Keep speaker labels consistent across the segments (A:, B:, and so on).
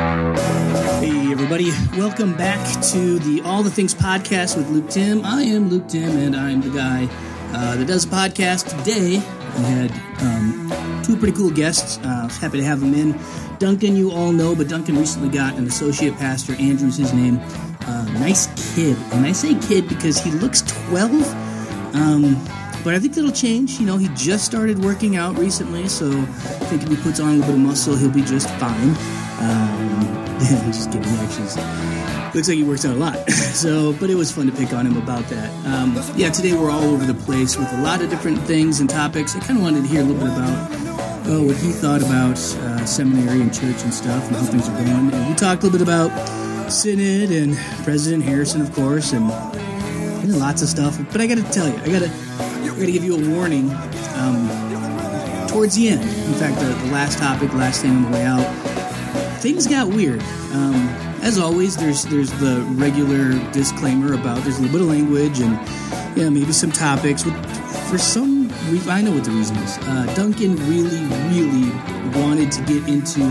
A: Hey, everybody, welcome back to the All the Things podcast with Luke Tim. I am Luke Tim, and I'm the guy uh, that does the podcast. Today, we had um, two pretty cool guests. Uh, I was happy to have them in. Duncan, you all know, but Duncan recently got an associate pastor. Andrew's his name. Uh, nice kid. And I say kid because he looks 12. But I think that'll change. You know, he just started working out recently, so I think if he puts on a little bit of muscle, he'll be just fine. Um, just kidding. He Actually, is- looks like he works out a lot. so, but it was fun to pick on him about that. Um, yeah, today we're all over the place with a lot of different things and topics. I kind of wanted to hear a little bit about oh, what he thought about uh, seminary and church and stuff and how things are going. And we talked a little bit about synod and President Harrison, of course, and and lots of stuff. But I got to tell you, I got to I got to give you a warning. Um, towards the end, in fact, the, the last topic, last thing on the way out, things got weird. Um, as always, there's there's the regular disclaimer about there's a little bit of language and yeah, maybe some topics. With, for some reason, I know what the reason is. Uh, Duncan really, really wanted to get into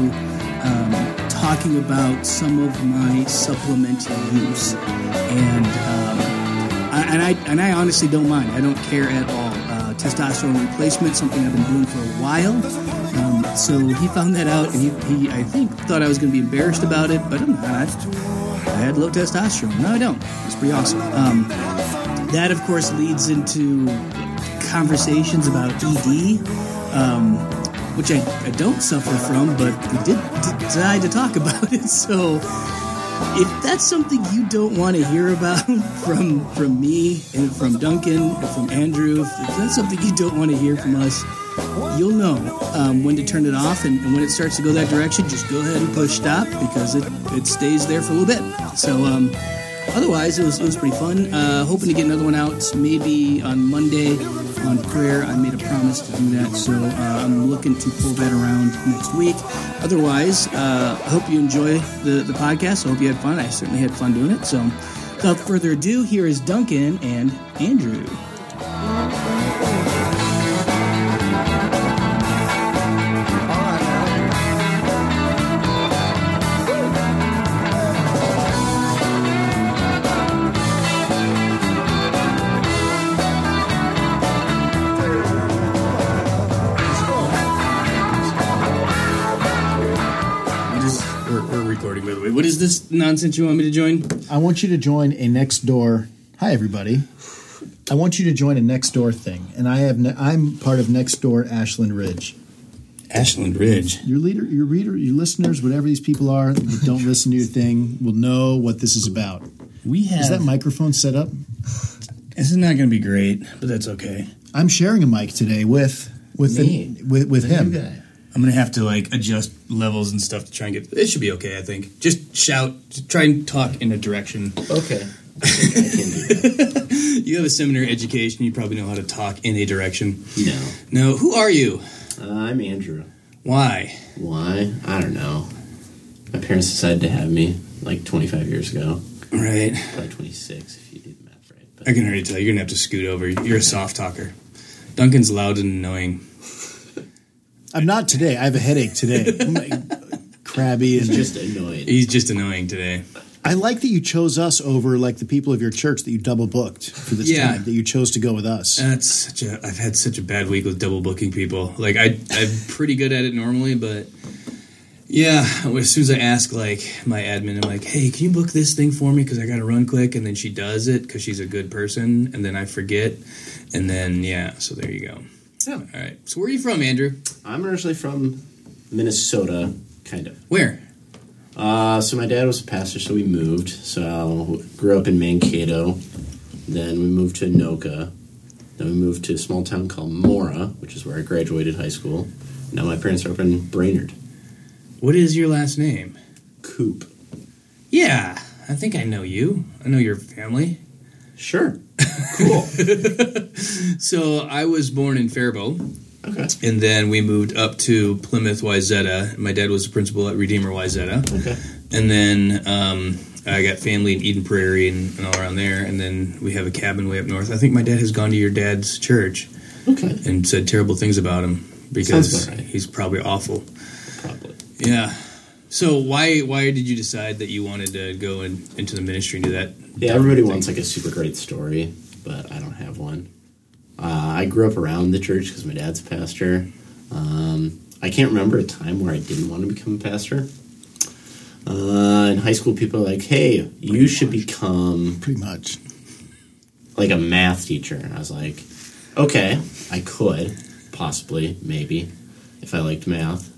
A: um, talking about some of my supplemental use and. Um, I, and I and I honestly don't mind. I don't care at all. Uh, testosterone replacement, something I've been doing for a while. Um, so he found that out, and he, he I think thought I was going to be embarrassed about it, but I'm not. I had low testosterone. No, I don't. It's pretty awesome. Um, that, of course, leads into conversations about ED, um, which I, I don't suffer from, but we did decide to talk about it. So if that's something you don't want to hear about from from me and from Duncan and from Andrew, if that's something you don't want to hear from us, you'll know um, when to turn it off. And, and when it starts to go that direction, just go ahead and push stop because it, it stays there for a little bit. So, um, otherwise, it was, it was pretty fun. Uh, hoping to get another one out maybe on Monday on prayer. I made a promise to do that, so uh, I'm looking to pull that around next week. Otherwise, uh, I hope you enjoy the, the podcast. I hope you had fun. I certainly had fun doing it. So, without further ado, here is Duncan and Andrew.
B: What is, we're, we're recording, by the way. What is this nonsense you want me to join?
C: I want you to join a next door. Hi, everybody. I want you to join a next door thing, and I have ne- I'm part of next door Ashland Ridge.
B: Ashland Ridge.
C: Your leader, your reader, your listeners, whatever these people are that don't listen to your thing, will know what this is about.
B: We have.
C: Is that microphone set up?
B: This is not going to be great, but that's okay.
C: I'm sharing a mic today with with
B: Me.
C: the, with, with him.
B: I'm going to have to like adjust levels and stuff to try and get. It should be okay, I think. Just shout. Just try and talk in a direction.
D: Okay. I think I can do that.
B: You have a seminary education. You probably know how to talk in a direction.
D: No.
B: Now, who are you?
D: Uh, I'm Andrew.
B: Why?
D: Why? I don't know. My parents decided to have me like 25 years ago.
B: Right.
D: Probably 26 if you do the math right. But
B: I can already tell you're going to have to scoot over. You're a soft talker. Duncan's loud and annoying.
C: I'm not today. I have a headache today. I'm like crabby and
D: I'm just annoyed.
B: He's just annoying today.
C: I like that you chose us over like the people of your church that you double booked for this
B: Yeah.
C: time. That you chose to go with us.
B: That's such a. I've had such a bad week with double booking people. Like I, I'm pretty good at it normally, but yeah, as soon as I ask like my admin, I'm like, "Hey, can you book this thing for me? Because I got to run quick." And then she does it because she's a good person, and then I forget, and then yeah. So there you go.
D: Yeah.
B: All right. So where are you from, Andrew?
D: I'm originally from Minnesota, kind of.
B: Where?
D: Uh, so my dad was a pastor, so we moved. So I grew up in Mankato. Then we moved to Anoka. Then we moved to a small town called Mora, which is where I graduated high school. Now my parents are up in Brainerd.
B: What is your last name?
D: Coop.
B: Yeah, I think I know you. I know your family.
D: Sure. Cool.
B: So I was born in Faribault,
D: Okay.
A: and then we moved up to Plymouth Wyzetta. My dad was the principal at Redeemer Wyzetta,
D: Okay.
A: and then um, I got family in Eden Prairie and, and all around there. And then we have a cabin way up north. I think my dad has gone to your dad's church
D: Okay.
A: and said terrible things about him because
D: Sounds about right.
A: he's probably awful.
D: Probably.
A: Yeah. So why why did you decide that you wanted to go in, into the ministry and do that?
D: Yeah, everybody wants like a super great story, but I don't have one. Uh, I grew up around the church because my dad's a pastor. Um, I can't remember a time where I didn't want to become a pastor. Uh, in high school, people are like, "Hey, you should become
C: Pretty much.
D: like a math teacher," and I was like, "Okay, I could, possibly, maybe, if I liked math."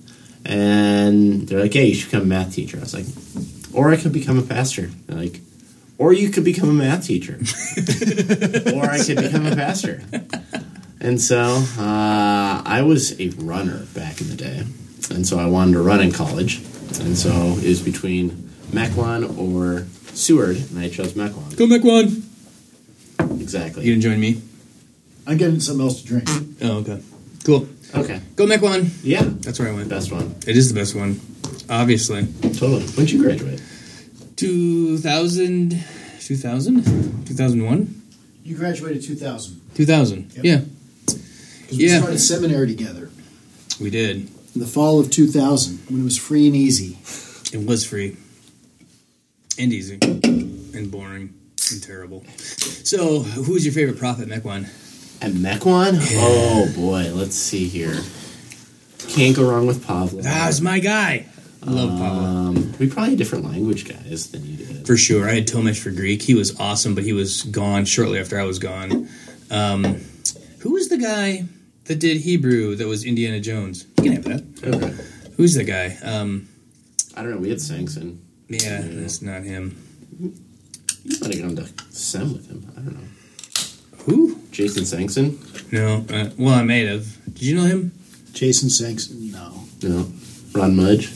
D: And they're like, "Hey, you should become a math teacher." I was like, "Or I could become a pastor." They're like, "Or you could become a math teacher." or I could become a pastor. And so uh, I was a runner back in the day. And so I wanted to run in college. And so it was between Mequon or Seward, and I chose Mequon.
A: Go make one.
D: Exactly.
A: You gonna join me?
C: I'm getting something else to drink.
A: Oh, okay. Cool.
D: okay.
A: Go make one.
D: Yeah.
A: That's where I went.
D: Best one.
A: It is the best one, obviously.
D: Totally. When'd you graduate?
A: 2000, 2000, 2001,
C: You graduated 2000
A: 2000.
C: Yep.
A: Yeah,
C: because we
A: Yeah.
C: started seminary together
A: we did.
C: in the fall of 2000 when it was free and easy.
A: It was free and easy and boring and terrible. So, who was your favorite prophet, Mequon?
D: At Mequon? Oh, boy. Let's see here. Can't go wrong with Pablo.
C: Ah,
A: That Ah, was my guy. I Love Pablo.
D: um, we probably had different language guys than you did.
A: For sure. I had Tomesh for Greek. He was awesome, but he was gone shortly after I was gone. Um, who was the guy that did Hebrew that was Indiana Jones? You can have that.
D: Okay.
A: Who's the guy? Um,
D: I don't know. We had Sangson.
A: yeah, that's not him.
D: You might have gone to Sem with him. I don't know.
A: Who?
D: Jason Sangson?
A: No. Uh, well, I may have. Did you know him?
C: Jason Sankson, no.
D: No. Ron Mudge?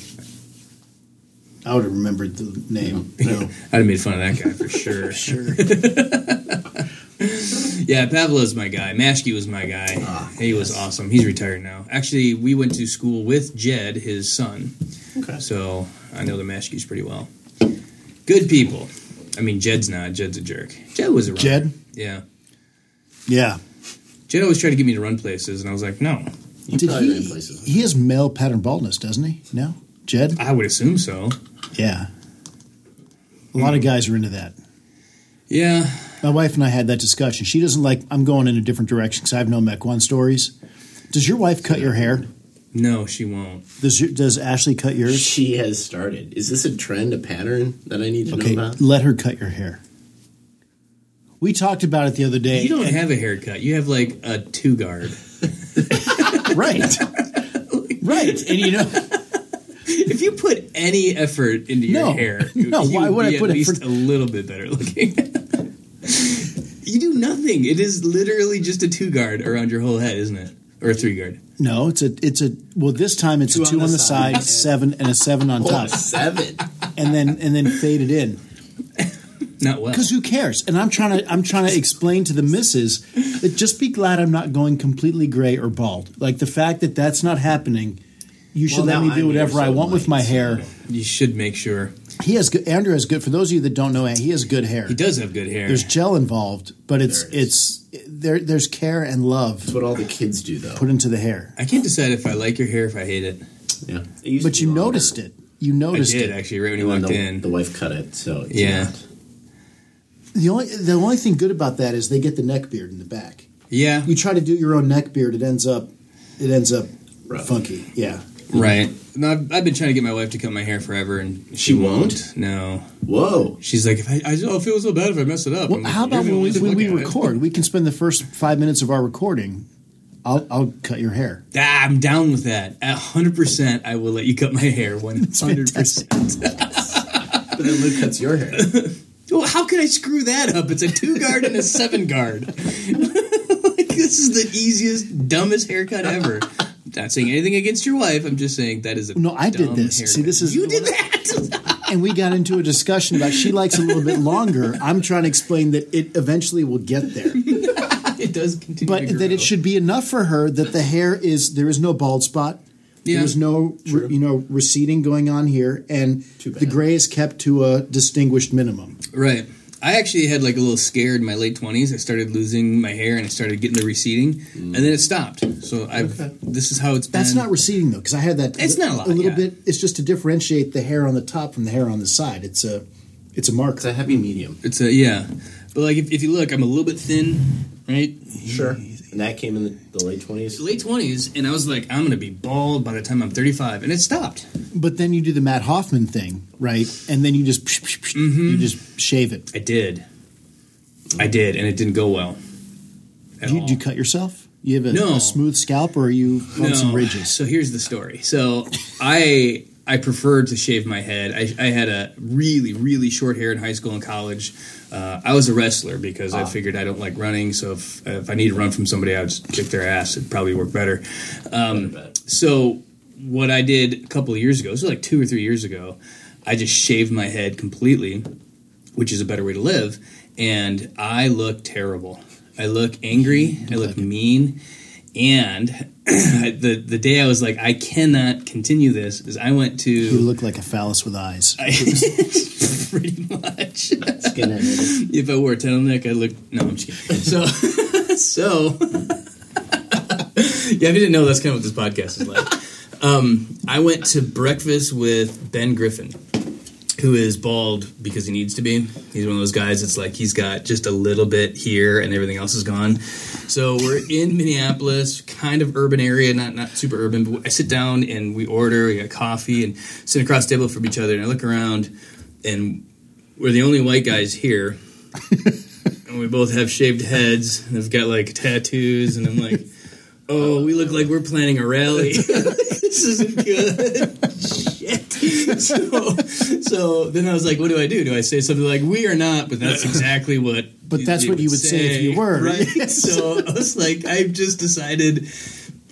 C: I would have remembered the name.
D: No.
A: I'd have made fun of that guy for sure. sure. yeah, Pavlo's my guy. Mashke was my guy. he was awesome. He's retired now. Actually, we went to school with Jed, his son.
D: okay.
A: So I know the Mashkes pretty well. Good people. I mean, Jed's not. Jed's a jerk. Jed was a runner.
C: Jed?
A: Yeah.
C: Yeah.
A: Jed always tried to get me to run places, and I was like, no.
D: You
C: Did
D: probably
C: he?
D: ran places.
C: He has male pattern baldness, doesn't he? No, Jed.
A: I would assume so.
C: Yeah, a lot of guys are into that.
A: Yeah.
C: My wife and I had that discussion. She doesn't like. I'm going in a different direction because I've known Mequon stories. Does your wife cut your hair?
A: No, she won't.
C: Does your, does Ashley cut yours?
D: She has started. Is this a trend, a pattern that I need to
C: Okay,
D: know about?
C: let her cut your hair. We talked about it the other day.
A: You don't have a haircut. You have like a two guard.
C: right, right, and you know.
A: If you put any effort into your
C: No.
A: hair,
C: No,
A: you
C: why would I
A: be
C: put
A: at
C: it
A: least
C: for-
A: a little bit better looking? you do nothing. It is literally just a two guard around your whole head, isn't it? Or a three guard.
C: No, it's a it's a well. This time it's a two on the, side, seven, and a seven on
D: Oh,
C: top,
D: seven.
C: and then and then fade it in.
A: Not well.
C: Because who cares? And I'm trying to I'm trying to explain to the missus that just be glad I'm not going completely gray or bald. Like the fact that that's not happening. You should
D: now
C: let me
D: I'm
C: do whatever
D: here,
C: I
D: so
C: want with
D: am I,
C: my
D: so-
C: hair.
A: You should make sure.
C: He has good. Andrew has good. For those of you that don't know, he has good hair.
A: He does have good hair.
C: There's gel involved, but it's
D: There it
C: it's there. There's care and love
D: That's what all the kids do, though.
C: put into the hair.
A: I can't decide if I like your hair or if I hate it.
D: yeah. It used
C: But
D: to be
C: you
D: longer,
C: noticed it. You
A: I
C: noticed
A: did
C: it.
A: actually right when you
D: And then
A: walked
D: the,
A: in.
D: the wife cut it, so it's
A: Yeah.
D: not-
C: The only the only thing good about that is they get the neck beard in the back.
A: yeah,
C: You try to do your own neck beard, it ends up it ends up
D: Rough.
C: funky. Yeah.
A: right. No, I've, I've been trying to get my wife to cut my hair forever, and she,
D: She won't?
A: No,
D: Whoa.
A: she's like, if I, I oh, I feel so bad if I mess it up.
C: Well,
A: I'm like,
C: how
A: "You're
C: about
A: the
C: when
A: one
C: we,
A: to
C: when
A: look
C: we
A: at it."
C: record? We can spend the first five minutes of our recording. I'll, I'll cut your hair.
A: Ah, I'm down with that. At 100%, I will let you cut my hair. 100%.
D: But then Luke cuts your hair.
A: Well, how could I screw that up? It's a two guard and a seven guard. like, this is the easiest, dumbest haircut ever. Not saying anything against your wife. I'm just saying that is a
C: No, I did
A: dumb
C: this. See,
A: haircut.
C: this is-
A: you did that.
C: And we got into a discussion about she likes a little bit longer. I'm trying to explain that it eventually will get there.
A: it does continue.
C: but
A: to grow.
C: that it should be enough for her that the hair is there is no bald spot.
A: Yeah.
C: There's no re, you know receding going on here, and
D: Too bad.
C: the gray is kept to a distinguished minimum.
A: Right. I actually had like a little scared in my late twenties. I started losing my hair and I started getting the receding, and then it stopped. So I, have this is how it's been.
C: That's not receding though, because I had that.
A: It's not a lot,
C: little
A: yeah.
C: bit. It's just to differentiate the hair on the top from the hair on the side. It's a it's a
D: It's a
C: marker.
D: happy medium.
A: It's a yeah, but like if, if you look, I'm a little bit thin, right?
D: Sure. And that came in the, the late 20s.
A: Late twenties, and I was like, I'm gonna be bald by the time I'm 35, and it stopped.
C: But then you do the Matt Hoffman thing, right? And then you just psh, psh, psh,
A: Mm-hmm.
C: you just shave it.
A: I did, I did, and it didn't go well. At
C: Do you,
A: all.
C: do you cut yourself? You have a,
A: No.
C: a smooth scalp, or you bump some ridges?
A: So here's the story. So I I preferred to shave my head. I, I had a really really short hair in high school and college. Uh, I was a wrestler because
C: Ah.
A: I figured I don't like running. So if if I need to run from somebody, I would just kick their ass. It'd probably work better. Um, so what I did a couple of years ago, this was like two or three years ago, I just shaved my head completely, which is a better way to live, and I look terrible. I look angry. I look mean. And the the day I was like, I cannot continue this, is I went
C: You
A: to
C: look like a phallus with eyes.
A: pretty much.
D: Skinhead.
A: if I wore a turtleneck, I look. No, I'm just kidding. So, so. yeah, if you didn't know, that's kind of what this podcast is like. Um, I went to breakfast with Ben Griffin, who is bald because he needs to be. He's one of those guys that's like he's got just a little bit here and everything else is gone. So we're in Minneapolis, kind of urban area, not not super urban. But I sit down and we order, we got coffee, and sit across the table from each other. And I look around, and we're the only white guys here, and we both have shaved heads and have got like tattoos. And I'm like, oh, we look like we're planning a rally. this isn't good. Shit. So, so then I was like, what do I do? Do I say something like, we are not? But that's exactly what.
C: But that's what you would say if you were.
A: right? so I was like, I've just decided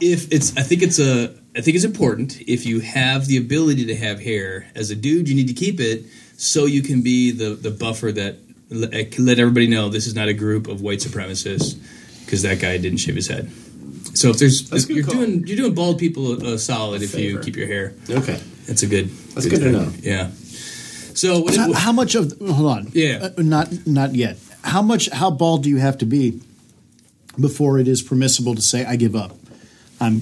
A: if it's. I think it's a. I think it's important if you have the ability to have hair as a dude, you need to keep it so you can be the the buffer that let, let everybody know this is not a group of white supremacists because that guy didn't shave his head. So if there's
D: That's a good
A: you're
D: call.
A: doing you're doing bald people a, a solid if you
D: Favor.
A: keep your hair.
D: Okay.
A: That's a good.
D: That's good to know.
A: Yeah. So what,
C: How,
A: what-
C: how much of hold on?
A: Yeah.
C: Uh, not not yet. How much? How bald do you have to be before it is permissible to say I give up? I'm.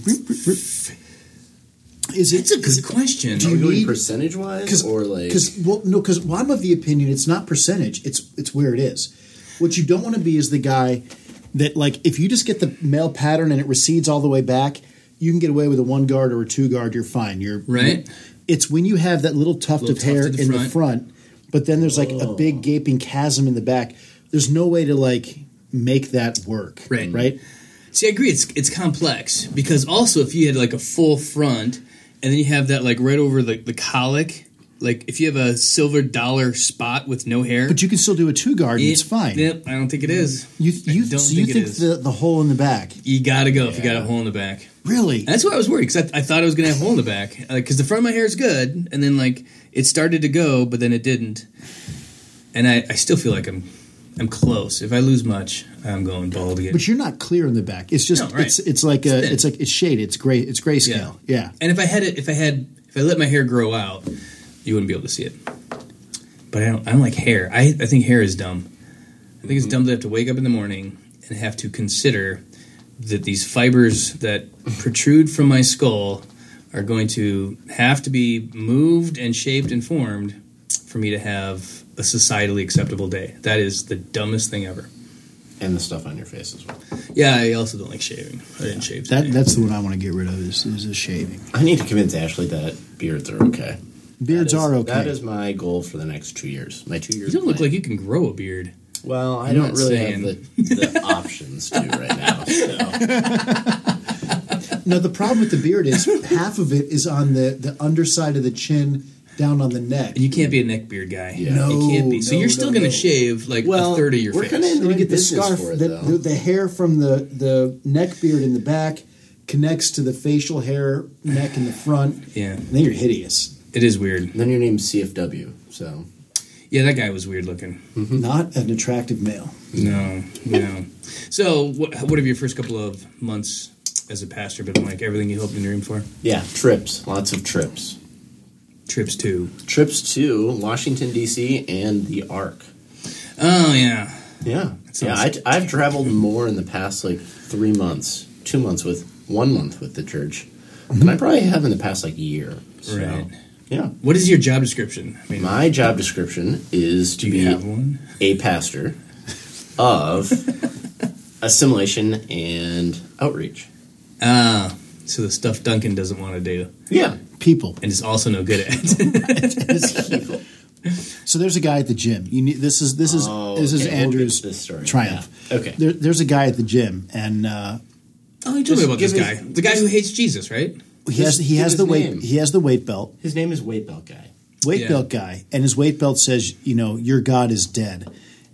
C: Is it
A: it's a good question.
C: Do
D: Are we
C: you
D: going
C: need-
D: percentage wise
C: because
D: or like.
C: because well no because well, I'm of the opinion it's not percentage it's it's where it is. What you don't want to be is the guy that like if you just get the male pattern and it recedes all the way back, you can get away with a one guard or a two guard. You're fine. You're
A: Right.
C: It's when you have that little tuft
A: Little
C: of
A: tuft
C: hair
A: at the
C: in the
A: front. Oh.
C: front, but then there's like a big gaping chasm in the back. There's no way to like make that work.
A: Right.
C: Right.
A: See, I agree. It's it's complex because also if you had like a full front and then you have that like right over the the colic, like if you have a silver dollar spot with no hair,
C: But you can still do a two guard. and it's fine.
A: Yep, I don't think it is.
C: You
A: I
C: you,
A: don't
C: so you
A: think it
C: think
A: is.
C: the, the hole in the back
A: You gotta go if you got a hole in the back.
C: really?
A: That's why I was worried because I, I thought I was gonna have a hole in the back because the front of my hair is good, and then like it started to go, but then it didn't, and I, I still feel like I'm I'm close. If I lose much, I'm going bald again.
C: But you're not clear in the back. It's just
A: No, right.
C: it's it's like a
A: thin.
C: it's like it's shaded. It's gray. It's grayscale. Yeah.
A: And if I had it, if I had, if I let my hair grow out, you wouldn't be able to see it. But I don't. I don't like hair. I I think hair is dumb. I think it's dumb to have to wake up in the morning and have to consider that these fibers that protrude from my skull are going to have to be moved and shaped and formed for me to have a societally acceptable day. That is the dumbest thing ever.
D: and the stuff on your face as well.
A: Yeah, I also don't like shaving. I didn't shave.
C: That
A: today.
C: that's the one I want to get rid of is is the shaving.
D: I need to convince Ashley that beards are okay.
C: Beards
D: That is-
C: are okay.
D: That is my goal for the next two years. My two years.
A: you don't look like you can grow a beard.
D: Well, I
A: I'm
D: don't
A: not
D: really
A: saying.
D: have the, the options to right now. So.
C: No, the problem with the beard is half of it is on the the underside of the chin, down on the neck.
A: You can't be a neck beard guy.
D: Yeah.
A: you can't be. So
C: No,
A: you're
C: no,
A: still
C: no,
A: going to
C: no.
A: shave like
D: Well,
A: a third of your
D: we're
A: face.
D: kinda in-
C: And you get the
D: Business
C: scarf,
D: for it,
C: the,
D: though.
C: the, the hair from the the neck beard in the back connects to the facial hair neck in the front.
A: Yeah.
C: and then you're hideous.
A: It is weird.
D: then your name's CFW. So
A: Yeah, that guy was weird looking.
D: Mm-hmm.
C: Not an attractive male.
A: No, no. So, what, what have your first couple of months as a pastor been like? Everything you hoped and dreamed for?
D: Yeah, trips, lots of trips.
A: Trips to?
D: Trips to Washington D.C. and the Ark.
A: Oh yeah,
D: Yeah, yeah.
A: sounds-
D: I, I've traveled more in the past like three months, two months with one month with the church than I probably have in the past like year. So,
A: Right.
D: Yeah.
A: What is your job description? I mean,
D: My job description is
A: do
D: to
A: you
D: be
A: have one?
D: a pastor of assimilation and outreach.
A: Ah, so the stuff Duncan doesn't want to do,
D: Yeah.
C: People.
A: and is also no good at.
C: So there's a guy at the gym. You need, this is this is
D: Oh,
C: this is
D: okay. We'll get
C: Andrew's
D: to this story.
C: triumph.
D: Yeah. Okay.
C: There, there's a guy at the gym, and uh,
A: oh, you told me
D: Just
A: about this
D: give
A: guy.
D: his-
A: the guy who hates Jesus, right?
C: he has
D: Just
C: he
D: give
C: has
D: his
C: the weight
D: name.
C: he has the weight belt
D: His name is Weight Belt Guy.
C: weight
A: Yeah.
C: belt guy, and his weight belt says, you know, your God is dead,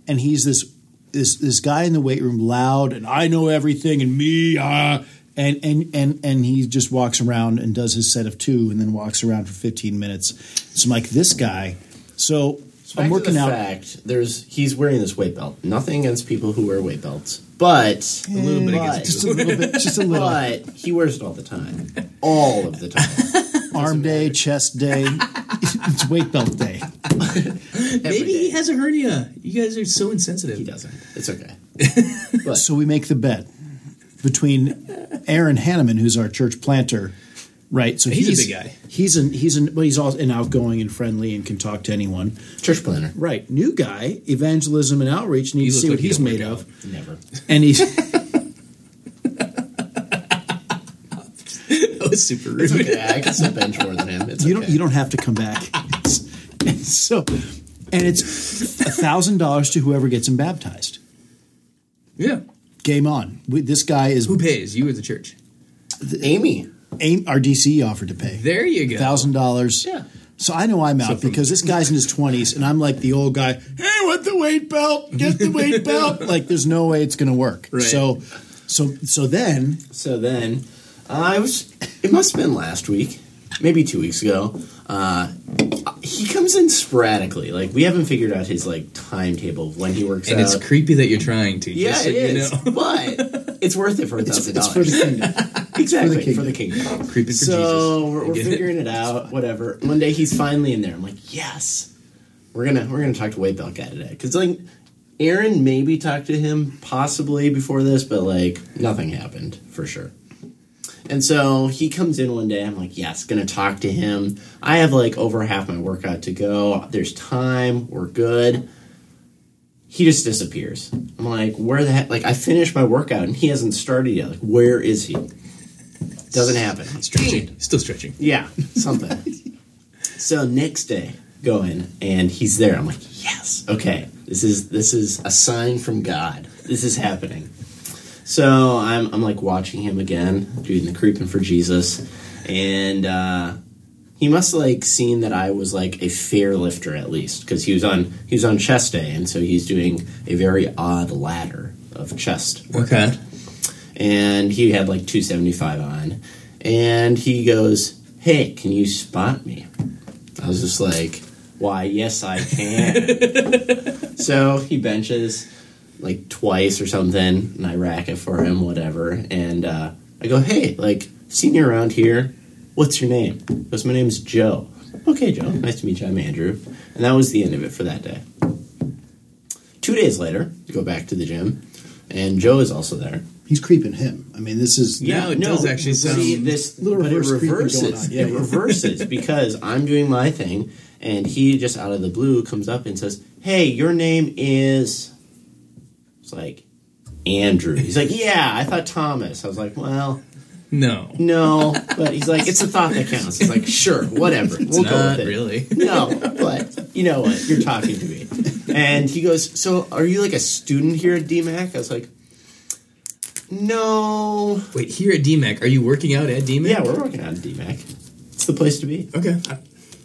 C: and he's this this this guy in the weight room, loud, and I know everything, and me, ah, and and and and he just walks around and does his set of two, and then walks around for 15 minutes. So I'm like, this guy. So I'm
D: Back to
C: working
D: the
C: out.
D: Fact, there's he's wearing this weight belt. Nothing against people who wear weight belts, but a little
A: bit
D: but,
A: against
C: Just a little bit, just a little.
D: But he wears it all the time, all of the time.
C: Arm day, chest day, it's weight belt day.
D: Every
A: Maybe he
D: day.
A: has a hernia. You guys are so insensitive.
D: He doesn't. It's okay.
C: So we make the bet between Aaron Hanneman, who's our church planter, right? So
A: He's
C: he's,
A: a big guy.
C: He's an he's an but he's all an outgoing and friendly and can talk to anyone.
D: Church planner.
C: Right, new guy, evangelism and outreach. Need
A: You
C: to
A: look
C: see
A: like
C: what
A: you
C: he's
A: don't work
C: made
A: out.
C: of,
D: Never.
C: and he's
A: That was super rude.
D: It's okay. I can still bench more than him. It's
C: you
D: okay.
C: don't you don't have to come back. It's- and so, and it's a thousand dollars to whoever gets him baptized.
A: Yeah.
C: Game on. We, this guy is
A: Who pays? You or the church?
D: Amy.
C: aim, our DCE offered to pay.
A: There you go.
C: thousand dollars.
D: Yeah.
C: So I know I'm out
A: from-
C: because this guy's in his twenties, and I'm like the old guy. Hey, with the weight belt, get the weight belt. Like, there's no way it's going to work.
A: Right.
C: So, so, so then,
D: So then, I was. It must have been last week, maybe two weeks ago. Uh, he comes in sporadically. Like we haven't figured out his like timetable of when he works
A: and
D: out.
A: it's creepy that you're trying to.
D: yeah,
A: just so
D: it
A: you
D: is.
A: know.
D: But it's worth it for a thousand
C: it's for the
D: dollars.
C: kingdom.
D: Exactly
C: for the
D: for the kingdom.
A: Creepy for
D: So
A: Jesus.
D: we're,
A: I
D: we're
A: get it.
D: figuring it out. Whatever. One day he's finally in there. I'm like, yes, we're gonna we're gonna talk to Wade Bell guy today because like Aaron maybe talked to him possibly before this, but like nothing happened for sure. And so he comes in one day. I'm like, yes, gonna talk to him. I have like over half my workout to go. There's time. We're good. He just disappears. I'm like, where the heck? Like, I finished my workout and he hasn't started yet. Like, where is he? Doesn't happen.
A: Stretching. Still stretching.
D: Yeah, something. so next day, go in and he's there. I'm like, yes, okay. This is this is a sign from God. This is happening. So I'm I'm like watching him again, doing the creeping for Jesus, and uh, he must like seen that I was like a fair lifter at least because he was on he was on chest day, and so he's doing a very odd ladder of chest
A: Okay.
D: and he had like 275 on and he goes hey can you spot me i was just like why yes i can so he benches like twice or something and i rack it for him whatever and uh, i go hey like seen you around here what's your name he goes my name's joe okay joe nice to meet you i'm andrew and that was the end of it for that day two days later go back to the gym and joe is also there
C: he's creeping him. I mean, this is
A: Yeah. Now it does actually
D: See,
A: sound-
D: this,
C: Little
D: but it
C: reverse creeping going
D: reverses.
C: on. Yeah,
D: it
C: yeah.
D: reverses because I'm doing my thing, and he just out of the blue comes up and says, "Hey, your name is." It's like Andrew. He's like, "Yeah, I thought Thomas." I was like, "Well,
A: No.
D: no," but he's like, "It's a thought that counts." It's like, "Sure, whatever. we'll go
A: Not
D: with it."
A: really.
D: No, but you know what? You're talking to me. And he goes, So are you like a student here at DMAC? I was like, No.
A: Wait, here at DMAC, are you working out at DMAC?
D: Yeah, we're working on DMAC. It's the place to be.
A: Okay.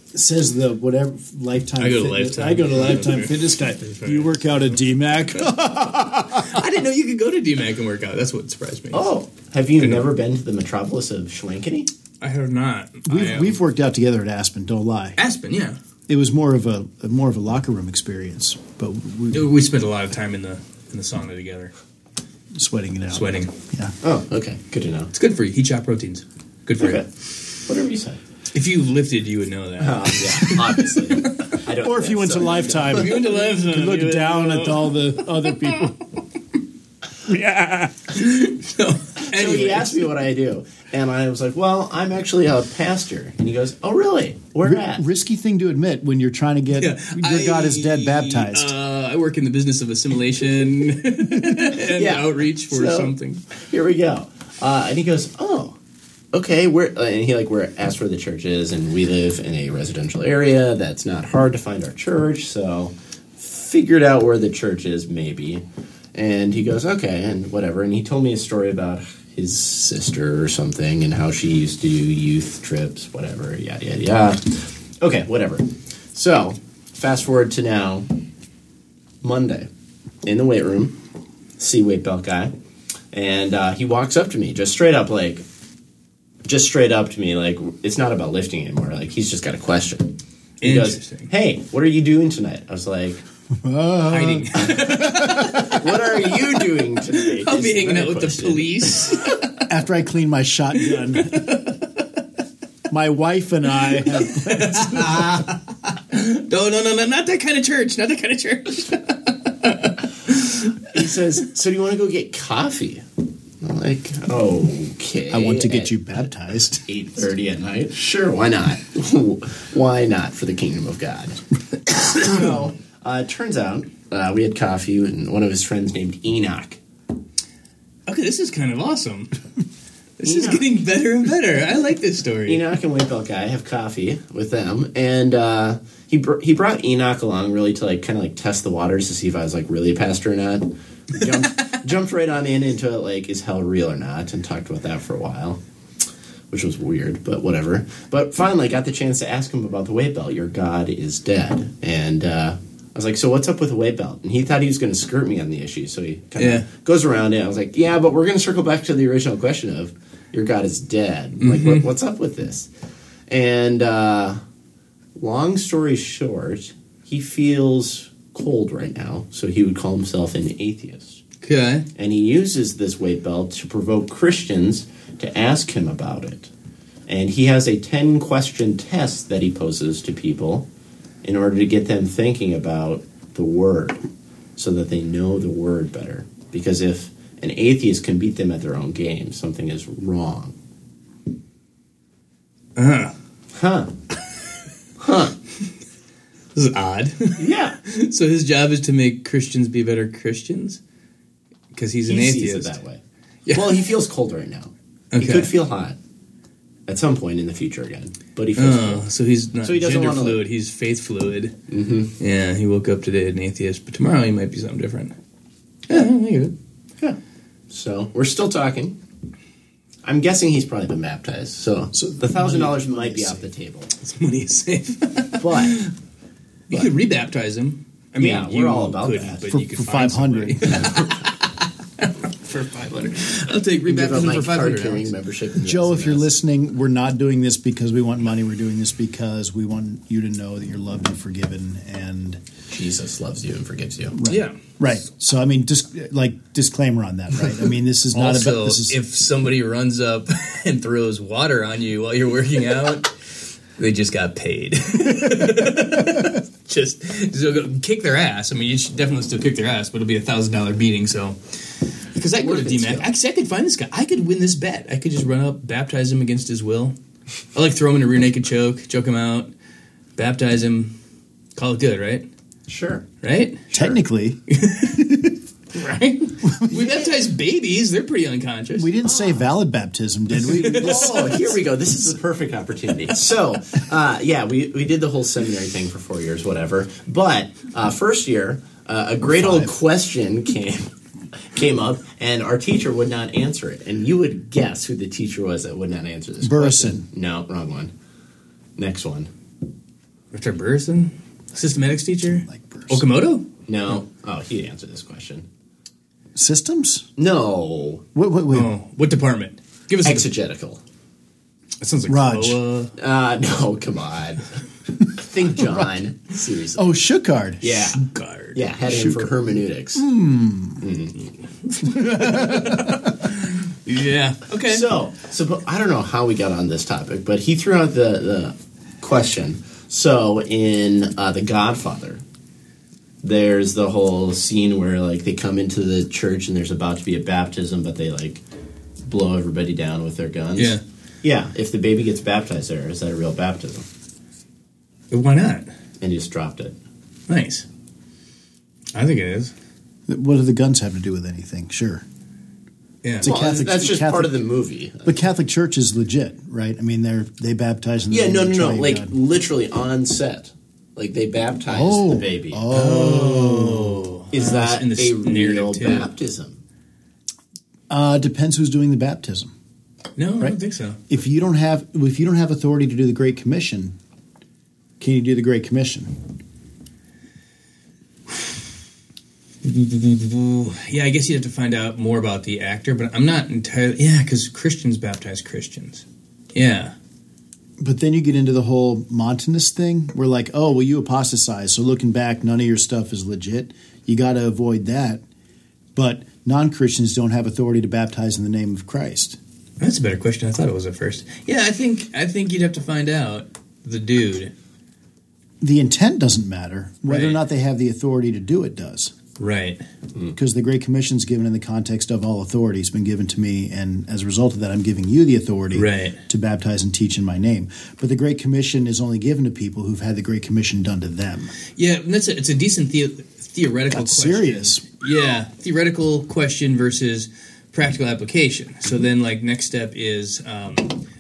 C: says the whatever lifetime.
A: I go to
C: Fitness-
A: Lifetime.
C: I go to lifetime
A: Yeah.
C: fitness guy. You work out at DMAC.
A: I didn't know you could go to DMAC and work out. That's what surprised me.
D: Oh, have you never been to the metropolis of Schwankeny?
A: I um, have not. I
C: we've,
A: am-
C: we've worked out together at Aspen. Don't lie.
A: Aspen, yeah.
C: It was more of a, a more of a locker room experience, but we were
A: We spent a lot of time in the in the sauna together,
C: sweating it out.
A: sweating.
C: Yeah.
D: Oh, okay. Good to know.
A: It's good for you. Heat shock proteins. Good for
D: Okay.
A: you.
D: Whatever you say.
A: If you lifted, you would know that.
D: Uh, yeah, obviously. I don't
C: Or if you went to Lifetime,
A: If you
C: you
A: went to Lifetime, you
C: look
A: would
C: down
A: know.
C: at all the other people. yeah.
D: So
A: Anyway,
D: he asked me what I do, and I was like, "Well, I'm actually a pastor." And he goes, "Oh, really? Where
C: R-
D: at?"
C: risky thing to admit when you're trying to get
A: Yeah,
C: your God is dead
A: I,
C: baptized.
A: Uh, I work in the business of assimilation and
D: Yeah.
A: outreach for
D: So-
A: something.
D: Here we go. Uh, and he goes, "Oh, okay." Where? And he like where asked where the church is, and we live in a residential area that's not hard to find our church, so figured out where the church is maybe. And he goes, "Okay," and whatever. And he told me a story about his sister or something, and how she used to do youth trips, whatever. Yada yada yada. Okay, whatever. So, fast forward to now, Monday, in the weight room, see weight belt guy, and uh, he walks up to me, just straight up, like, just straight up to me, like, it's not about lifting anymore. Like, he's just got a question. He goes,
A: Interesting.
D: "Hey, what are you doing tonight?" I was like, Uh,
A: Hiding.
D: "What are you doing tonight?"
A: I'll
D: is
A: be hanging
D: better
A: out with the
D: question.
A: police.
C: After I clean my shotgun, my wife and I have
A: no, no, no, no, not that kind of church. Not that kind of church.
D: He says, "So do you want to go get coffee?" I'm like, "Okay."
C: I want to
D: At
C: get you baptized.
D: eight thirty at night. Sure, why not? why not for the kingdom of God? so, uh, it turns out uh, we had coffee, and one of his friends named Enoch.
A: Okay, this is kind of awesome. This is
D: Enoch.
A: getting better and better. I like this story.
D: Enoch and Wakefield guy have coffee with them, and uh, he br- he brought Enoch along really to like kind of like test the waters to see if I was like really a pastor or not. Jumped, jumped right on in into it like is hell real or not, and talked about that for a while, which was weird, but whatever. But finally, got the chance to ask him about the weight belt. Your God is dead, and. Uh, I was like, so what's up with the weight belt? And he thought he was going to skirt me on the issue, so he kind of
A: Yeah.
D: goes around it. I was like, yeah, but we're going to circle back to the original question of your God is dead. Like, what, what's up with this? And uh, long story short, he feels cold right now, so he would call himself an atheist.
A: Okay.
D: And he uses this weight belt to provoke Christians to ask him about it. And he has a 10 question test that he poses to people in order to get them thinking about the word so that they know the word better. Because if an atheist can beat them at their own game, something is wrong.
A: Uh,
D: Huh.
A: this is odd.
D: Yeah.
A: so his job is to make Christians be better Christians because he's an
D: he
A: atheist.
D: sees it that way. Well, he feels cold right now. He
A: Okay.
D: could feel hot at some point in the future again, but he feels
A: Oh,
D: cold.
A: so he's not
D: So he doesn't
A: gender
D: wanna-
A: fluid. He's faith fluid. Mm-hmm. Yeah, he woke up today an atheist, but tomorrow he might be something different. Yeah, I get it.
D: Yeah. So we're still talking. I'm guessing he's probably been baptized. So, the thousand dollars might be off the table.
A: His money is safe.
D: But
A: you could rebaptize him. I mean,
D: Yeah, we're
A: you
D: all about
A: couldn't,
D: that.
A: But
C: For-
A: you could
C: for
A: find
C: 500.
A: somebody. for five hundred, I'll take
D: give up
A: rebaptism
D: my
A: for five
D: card
A: hundred.
D: carrying membership. in the
C: Joe, if you're
D: SMS.
C: listening, we're not doing this because we want money. We're doing this because we want you to know that you're loved and forgiven. And
D: Jesus loves you and forgives you.
A: Yeah.
C: right, so I mean, just like disclaimer on that, right? I mean, this is not
A: also,
C: about this is
A: if somebody runs up and throws water on you while you're working out, they just got paid. just, so go kick their ass. I mean, you should definitely still kick their ass, but it'll be a thousand dollar beating. So, because I could have
D: Worth it
A: DMAC,
D: still.
A: actually, I could find this guy. I could win this bet. I could just run up, baptize him against his will. I like throw him in a rear naked choke, choke him out, baptize him, call it good, right?
D: Sure.
A: Right?
C: technically
A: Right? we baptize babies; they're pretty unconscious.
C: we didn't say valid baptism, did we? We just-
D: Oh, here we go. This is the perfect opportunity. So, uh, yeah, we, we did the whole seminary thing for four years, whatever. But uh, first year, uh, a great old question came came up, and our teacher would not answer it. And you would guess who the teacher was that would not answer this.
C: Burrison.
D: question. No, wrong one. Next one.
A: Richard Burson, systematics teacher.
C: Like Burson.
A: Okamoto?
D: No. Oh, he'd answer this question.
C: Systems?
D: No.
C: Wait, wait, wait.
A: Oh, what department? Give us a.
D: Exegetical.
A: That sounds like
C: Raj.
A: COA.
D: Uh, no, come on. Think John. Seriously.
C: Oh, shook card.
D: yeah.
A: Guard.
D: Yeah, had him for hermeneutics.
A: Yeah. Okay.
D: So, so I don't know how we got on this topic, but he threw out the, the question. So, in uh, The Godfather, there's the whole scene where like they come into the church and there's about to be a baptism, but they like blow everybody down with their guns.
A: Yeah.
D: yeah. If the baby gets baptized there, is that a real baptism?
A: Why not?
D: And he just dropped it.
A: Nice. I think it is.
C: What do the guns have to do with anything? Sure.
A: Yeah.
C: It's a Catholic-
D: that's just
C: Catholic-
D: part of the movie.
C: But Catholic Church is legit, right? I mean, they're they baptize. In the
D: Yeah,
C: name
D: no,
C: of the
D: no, no.
C: Trinity
D: Like
C: God.
D: literally on set, like they baptized
C: Oh.
D: the baby.
A: oh.
D: Is that
A: in the
D: a real
A: narrative, too.
D: baptism?
C: uh, depends who's doing the baptism.
A: No, I
C: Right?
A: don't think so.
C: If you don't have if you don't have authority to do the Great Commission, can you do the Great Commission?
A: Yeah, I guess you have to find out more about the actor, but I'm not entirely. Yeah, because Christians baptize Christians. Yeah.
C: But then you get into the whole Montanist thing, where like, oh, well, you apostatized, so looking back, none of your stuff is legit. You got to avoid that. But non Christians don't have authority to baptize in the name of Christ.
A: That's a better question. I thought it was at first. Yeah, I think I think you'd have to find out the dude.
C: The intent doesn't matter. Whether
A: Right.
C: or
A: Hmm.
C: not they have the authority to do it does.
A: Right.
C: because the Great Commission's given in the context of all authority has been given to me, and as a result of that, I'm giving you the authority
A: Right.
C: to baptize and teach in my name. But the Great Commission is only given to people who've had the Great Commission done to them.
A: Yeah, and that's a, it's a decent the, theoretical
C: That's
A: question.
C: serious.
A: Yeah, theoretical question versus practical application. So then, like, next step is um,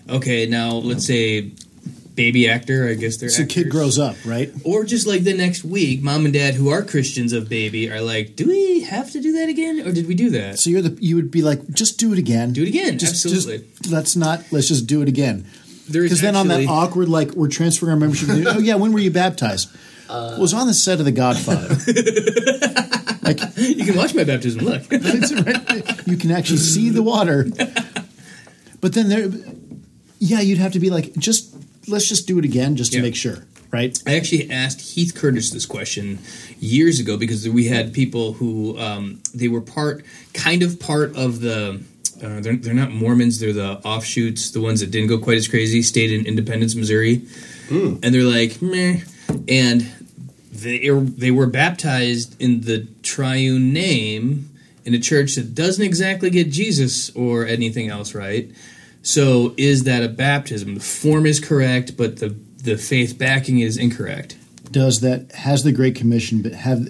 A: okay, now let's say baby actor, I guess they're
C: So kid
A: actors.
C: grows up, right?
A: Or just like the next week, mom and dad who are Christians of baby are like, do we have to do that again? Or did we do that?
C: So you're the you would be like, just do it again.
A: Do it again,
C: Just-
A: absolutely.
C: Just, let's not. Let's just do it again.
A: There is
C: Because then on that
A: actually-
C: awkward, like we're transferring our membership. to- oh yeah, when were you baptized?
A: Uh,
C: It was on the set of The Godfather.
A: you can watch my baptism. Look.
C: It's right- You can actually see the water. But then there, yeah, you'd have to be like, just let's just do it again, just to
A: Yeah.
C: make sure, right?
A: I actually asked Heath Curtis this question years ago because we had people who um, they were part, kind of part of the. Uh, they're, they're not Mormons. They're the offshoots, the ones that didn't go quite as crazy, stayed in Independence, Missouri, and they're like meh, and they are- they were baptized in the Triune name in a church that doesn't exactly get Jesus or anything else right. So is that a baptism? The form is correct, but the the faith backing it is incorrect.
C: Does that has the Great Commission, but have.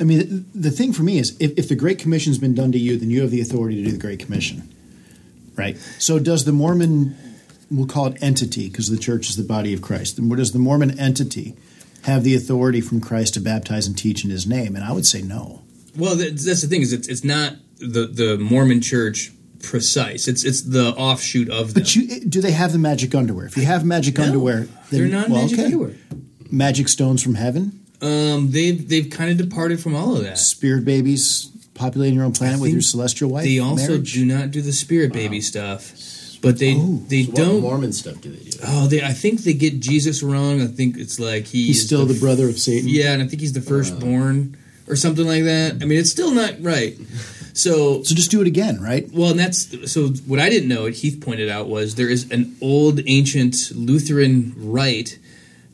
C: I mean, the, the thing for me is, if, if the Great Commission's been done to you, then you have the authority to do the Great Commission, right? So, does the Mormon, we'll call it entity, because the Church is the body of Christ. then Does the Mormon entity have the authority from Christ to baptize and teach in His name? And I would say no.
A: Well, th- that's the thing is it's, it's not the the Mormon Church precise. It's it's the offshoot of them.
C: But you, do they have the magic underwear? If you have magic
A: No,
C: underwear,
A: they're
C: then-
A: not
C: well,
A: magic
C: okay.
A: underwear.
C: Magic stones from heaven,
A: Um, they've they've kind of departed from all of that.
C: spirit babies populating your own planet with
A: Uh, think
C: your celestial wife.
A: They also
C: marriage. Oh.
A: do not do the spirit baby stuff, but they they
D: So what
A: don't.
D: Mormon stuff do they do?
A: Oh, they, I think they get Jesus wrong. I think it's like he
C: He's
A: is
C: still the,
A: f-
C: brother of Satan.
A: Yeah, and I think he's the firstborn or something like that. I mean, it's still not right. So
C: So just do it again, right?
A: Well, and that's so. What I didn't know, Heath pointed out, was there is an old, ancient Lutheran rite.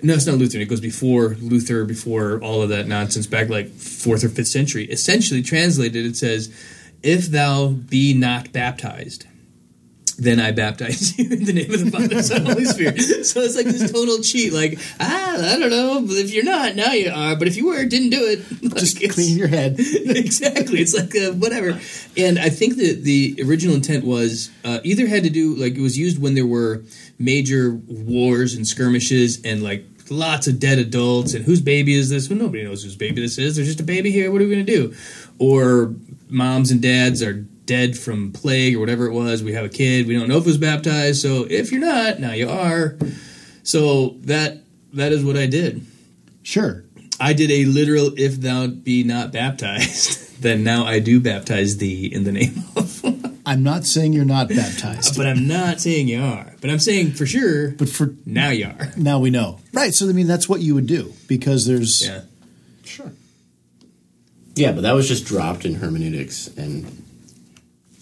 A: No, it's not Lutheran. It goes before Luther, before all of that nonsense, back like fourth or fifth century. Essentially translated, it says, "If thou be not baptized." Then I baptize you in the name of the Father, Son, and Holy Spirit. So it's like this total cheat. Like, ah, I don't know. But if you're not, now you are. But if you were, didn't do it.
C: Just
A: Like, it's-
C: clean your head.
A: exactly. It's like uh, whatever. And I think that the original intent was uh, either had to do like it was used when there were major wars and skirmishes and like lots of dead adults and whose baby is this? Well, nobody knows whose baby this is. There's just a baby here. What are we gonna do? Or moms and dads are dead from plague or whatever it was. We have a kid. We don't know if it was baptized. So if you're not, now you are. So that that is what I did.
C: Sure.
A: I did a literal if thou be not baptized, then now I do baptize thee in the name of.
C: I'm not saying you're not baptized,
A: But I'm not saying you are. But I'm saying for sure.
C: but for
A: now you are.
C: now we know, right? So I mean, that's what you would do because there's
A: Yeah.
D: Sure. Yeah, but that was just dropped in hermeneutics, and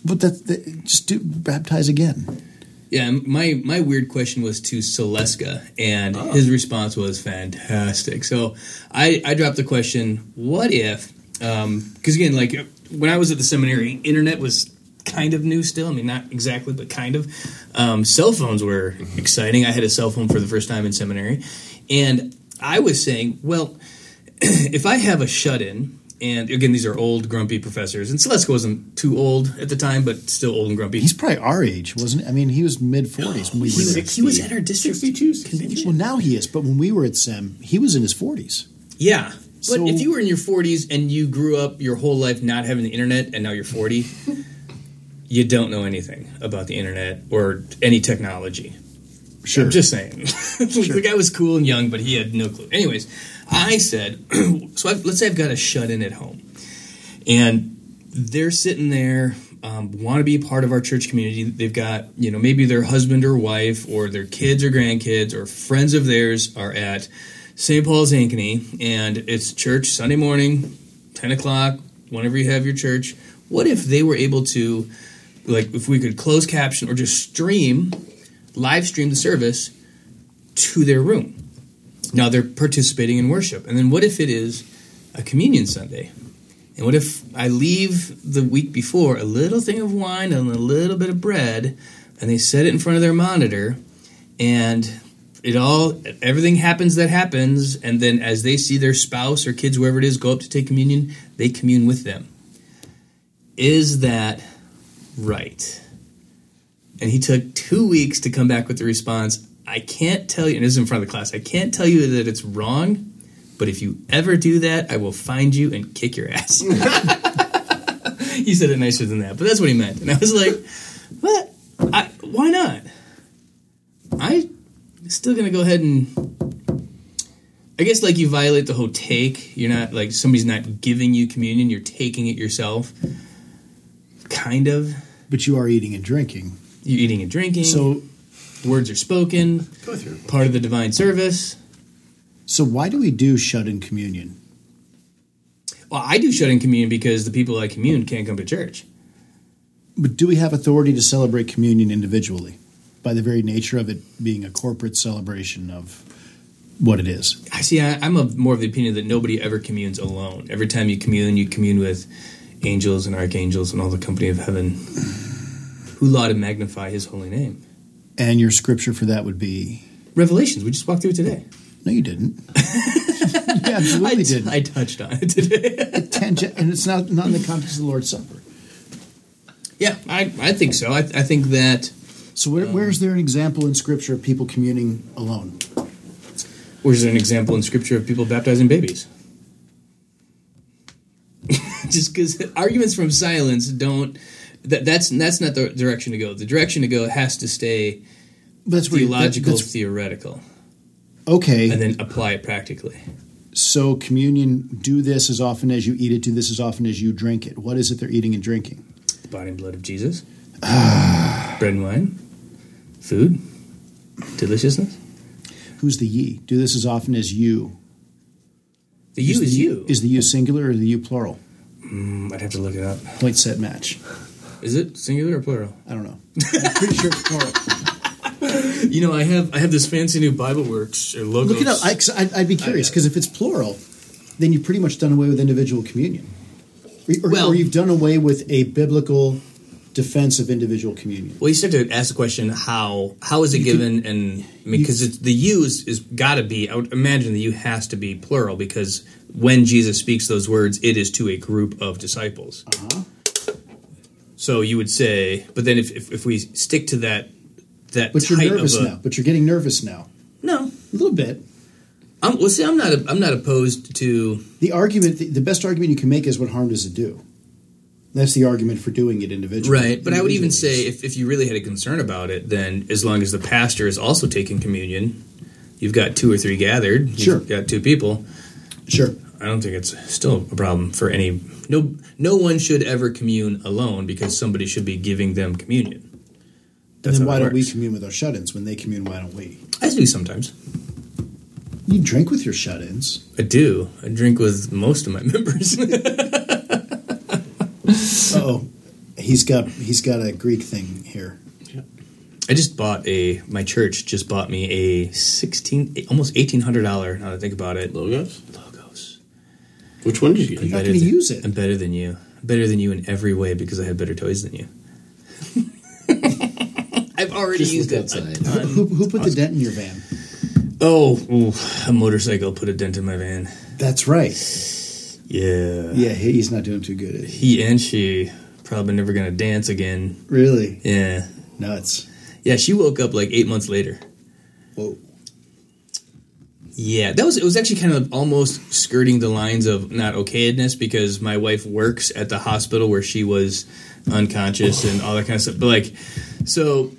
C: But that, that just do baptize again.
A: Yeah. My my weird question was to Seleska, and his response was fantastic. So I I dropped the question: What if? Because again, like when I was at the seminary, internet was kind of new still. I mean, not exactly, but kind of. Um, cell phones were exciting. I had a cell phone for the first time in seminary, and I was saying, well. if I have a shut in, and again, these are old, grumpy professors, and Celesco wasn't too old at the time, but still old and grumpy.
C: He's probably our age, wasn't he? I mean, he was mid 40s when we
A: he,
C: were
A: was,
C: there.
A: he was at our district
D: 62,
C: Well,
A: convention.
C: now he is, but when we were at SEM, he was in his 40s.
A: Yeah. But
C: So-
A: if you were in your 40s and you grew up your whole life not having the internet and now you're 40, you don't know anything about the internet or any technology.
C: Sure.
A: I'm just saying. the guy was cool and young, but he had no clue. Anyways, I said, so I've, let's say I've got a shut in at home, and they're sitting there, um, want to be a part of our church community. They've got, you know, maybe their husband or wife, or their kids or grandkids, or friends of theirs are at St. Paul's Ankeny, and it's church Sunday morning, 10 o'clock, whenever you have your church. What if they were able to, like, if we could close caption or just stream live stream the service to their room. Now they're participating in worship. And then what if it is a communion Sunday? And what if I leave the week before a little thing of wine and a little bit of bread and they set it in front of their monitor and it all everything happens that happens and then as they see their spouse or kids whoever it is go up to take communion, they commune with them. Is that right? and he took two weeks to come back with the response. I can't tell you, and this is in front of the class. I can't tell you that it's wrong, but if you ever do that, I will find you and kick your ass. he said it nicer than that, but that's what he meant. And I was like, "What? I, why not? I still gonna go ahead and." I guess like you violate the whole take. You're not like somebody's not giving you communion. You're taking it yourself. Kind of.
C: But you are eating and drinking.
A: You're eating and drinking.
C: So,
A: Words are spoken,
D: go through.
A: part of the divine service.
C: so why do we do shut in communion?
A: Well, I do shut in communion because the people I commune can't come to church.
C: But do we have authority to celebrate communion individually by the very nature of it being a corporate celebration of what it is?
A: I see. I, I'm of more of the opinion that nobody ever communes alone. Every time you commune, you commune with angels and archangels and all the company of heaven, who laud and magnify His holy name.
C: And your scripture for that would be
A: Revelations. We just walked through it today.
C: no, you didn't. you
A: I,
C: absolutely
A: t-
C: didn't.
A: I touched on it today.
C: Tangent, and it's not not in the context of the Lord's Supper.
A: yeah, I, I think so. I, I think that
C: So where, where is there an example in Scripture of people communing alone?
A: Where's there an example in scripture of people baptizing babies? Just because arguments from silence don't. That, that's that's not the direction to go. The direction to go has to stay
C: But that's where you- that-
A: theological,
C: that's-
A: theoretical,
C: okay,
A: and then apply it practically.
C: so communion. Do this as often as you eat it. Do this as often as you drink it. What is it they're eating and drinking?
A: Body and blood of Jesus, bread and wine, food, deliciousness.
C: Who's the ye? Do this as often as you.
A: The you is
C: the,
A: you.
C: Is the you singular or the you plural?
A: Mm, I'd have to look it up.
C: Point set match.
A: Is it singular or plural?
C: I don't know. I'm pretty sure it's plural.
A: You know, I have I have this fancy new Bible Works or logos.
C: Look it up. I, 'cause I'd, I'd be curious because if it's plural, then you've pretty much done away with individual communion, or, or-
A: Well-
C: or you've done away with a biblical defense of individual communion.
A: Well, you start to ask the question how how is it given, and I mean because the you is, is got to be. I would imagine the you has to be plural because when Jesus speaks those words, it is to a group of disciples.
C: Uh-huh.
A: So you would say, but then if, if, if we stick to that that
C: But you're
A: type
C: nervous
A: of a,
C: now. But you're getting nervous now.
A: no,
C: A little bit.
A: I'm, well, see, I'm not I'm not opposed to
C: The argument, the, the best argument you can make is what harm does it do? That's the argument for doing it individually.
A: Right, but I would even say
C: Individually.
A: if, if you really had a concern about it, then as long as the pastor is also taking communion, you've got two or three gathered,
C: Sure.
A: you've got two people.
C: sure.
A: I don't think it's still a problem for any. No, no one should ever commune alone because somebody should be giving them communion.
C: And
A: how
C: then
A: it
C: why don't we
A: works.
C: commune with our shut-ins when they commune? Why don't we?
A: I do sometimes.
C: You drink with your shut-ins.
A: I do. I drink with most of my members.
C: Oh, he's got he's got a Greek thing here.
A: I just bought a. My church just bought me a sixteen, almost eighteen hundred dollar. Now that I think about it,
D: Logos?
A: logos.
D: Which one did you
C: You're
D: get?
C: not going to use it.
A: I'm better than you. I'm better than you in every way because I have better toys than you. I've already
D: Just
A: used
D: look
A: it. a
D: outside.
A: ton.
C: Who, who put the dent in your van?
A: Oh, ooh, a motorcycle put a dent in my van.
C: That's right.
A: Yeah.
C: Yeah, he- he's not doing too good. Is he?
A: He and she probably never gonna dance again.
C: Really
A: Yeah.
C: nuts.
A: Yeah, she woke up like eight months later.
C: Whoa.
A: Yeah, that was it was actually kind of almost skirting the lines of not okayedness because my wife works at the hospital where she was unconscious and all that kind of stuff. But like so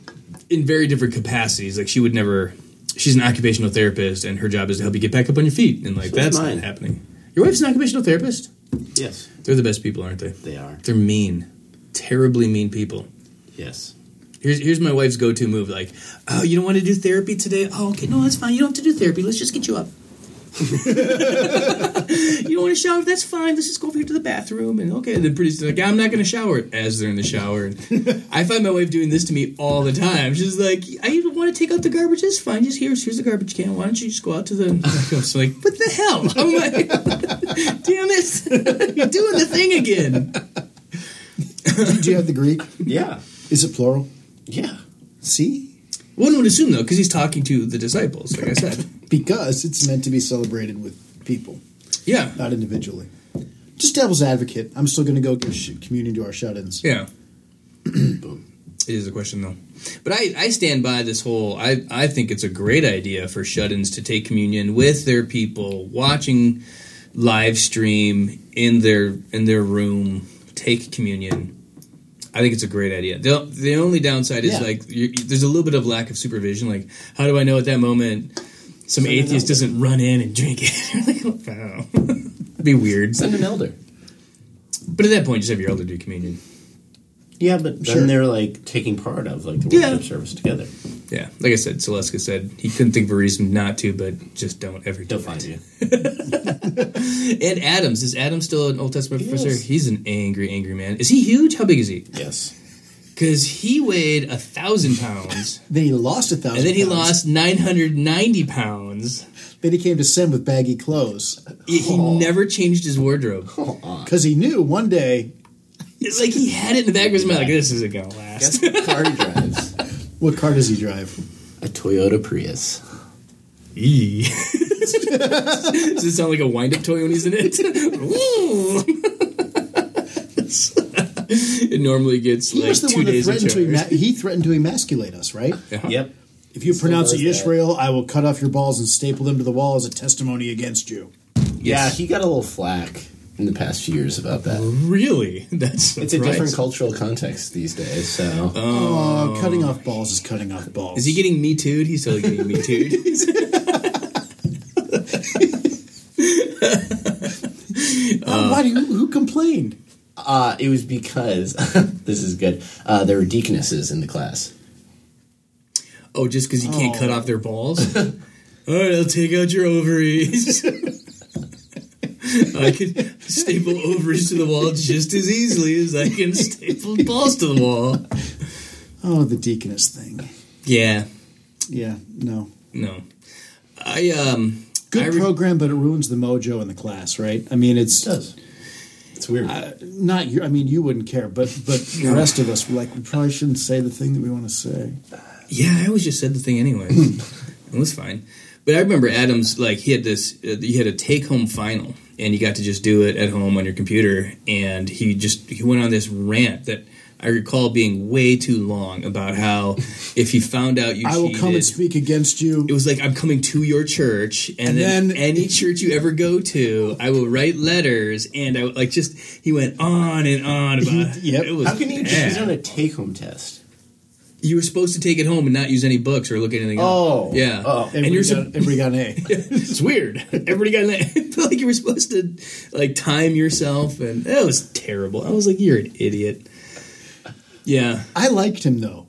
A: in very different capacities. Like she would never she's an occupational therapist and her job is to help you get back up on your feet and like
D: So is
A: that's
D: mine.
A: not happening. Your wife's an occupational therapist?
D: Yes.
A: They're the best people, aren't they?
D: They are.
A: They're mean. Terribly mean people.
D: Yes.
A: Here's here's my wife's go-to move. Like, oh, you don't want to do therapy today? Oh, okay, no, that's fine. You don't have to do therapy. Let's just get you up. you don't want to shower? That's fine. Let's just go over here to the bathroom and okay. And then pretty soon, like, I'm not going to shower as they're in the shower. And I find my wife doing this to me all the time. She's like, I don't want to take out the garbage. That's fine. Just here's here's the garbage can. Why don't you just go out to the? I'm just like, what the hell? I'm like, damn it, you're doing the thing again.
C: Do you have the Greek?
D: Yeah.
C: Is it plural?
D: Yeah.
C: See,
A: One would assume though, because he's talking to the disciples, like I said.
C: because it's meant to be celebrated with people,
A: Yeah.
C: not individually. Just devil's advocate. I'm still going to go give sh- communion to our shut-ins.
A: Yeah. It is a question though. But I, I stand by this whole I, I think it's a great idea for shut ins to take communion with their people, watching live stream in their in their room, take communion. I think it's a great idea. The, the only downside is
C: Yeah.
A: like you there's a little bit of lack of supervision. Like, how do I know at that moment some atheist doesn't run in and drink it? like, wow. be weird.
D: Send an elder.
A: But at that point, just have your elder do communion.
D: Yeah, but
C: Sure.
D: then they're like taking part of like the
A: Yeah.
D: worship service together.
A: Yeah, like I said, Seleska said he couldn't think of a reason not to, but just don't ever do
D: They'll
A: it.
D: find you.
A: And Adams is Adams still an Old Testament
D: Yes.
A: professor? He's an angry, angry man. Is he huge? How big is he?
D: Yes.
A: Because he weighed a thousand pounds,
C: Then he lost a thousand.
A: and then he
C: pounds.
A: lost nine hundred ninety pounds.
C: Then he came to sin with baggy clothes
A: Yet He
C: Oh.
A: never changed his wardrobe.
C: because he knew one day
A: It's like he had it in the back of his mind, like this isn't gonna last.
D: Guess what car he drives?
C: what car does he drive.
D: A Toyota Prius.
A: Eee. Does it sound like a wind-up toy when he's in it? Ooh. it normally gets
C: He
A: like
C: was the
A: two
C: one that
A: days Uh, in
C: threatened to
A: charge.
C: ema- he threatened to emasculate us, right?
A: Yeah.
D: Yep.
C: If you pronounce it
D: does that.
C: Israel, I will cut off your balls and staple them to the wall as a testimony against you.
D: Yeah, he got a little flack in the past few years about that.
A: Mm-hmm. Really? That's
D: It's a different
A: call.
D: cultural context these days, so
C: Oh, cutting off balls is cutting off balls.
A: Is he getting me too'd? He's totally getting me too'd.
C: Oh, why do you, who complained?
D: uh, it was because this is good. Uh, there were deaconesses in the class.
A: oh, just because you can't cut off their balls? All right, I'll take out your ovaries. I can staple ovaries to the wall just as easily as I can staple balls to the wall.
C: Oh, the deaconess thing.
A: Yeah,
C: Yeah, no.
A: no. I, um. I
C: Good
A: re-
C: program, but it ruins the mojo in the class, right? I mean, it's
D: does. It's weird.
C: not you. I mean, you wouldn't care, but but the rest of us, we're like, we probably shouldn't say the thing that we want to say.
A: Yeah, I always just said the thing anyway. it was fine. But I remember Adams like he had this uh, he had a take home final and you got to just do it at home on your computer and he just he went on this rant that I recall being way too long about how if you found out you
C: I will
A: cheated,
C: come and speak against you.
A: it was like I'm coming to your church, and,
C: And
A: then,
C: then-
A: any church you ever go to, I will write letters, and I will- like just he went on and on about
C: He- yep.
A: it was
D: How can you
A: bad.
D: choose on a take home test?
A: you were supposed to take it home and not use any books or look at anything.
C: Oh,
A: else. yeah.
C: Oh,
A: and you're sup-
C: everybody got an A.
A: it's weird. Everybody got an felt like you were supposed to like time yourself, and that was terrible. I was like, you're an idiot. Yeah,
C: I liked him though.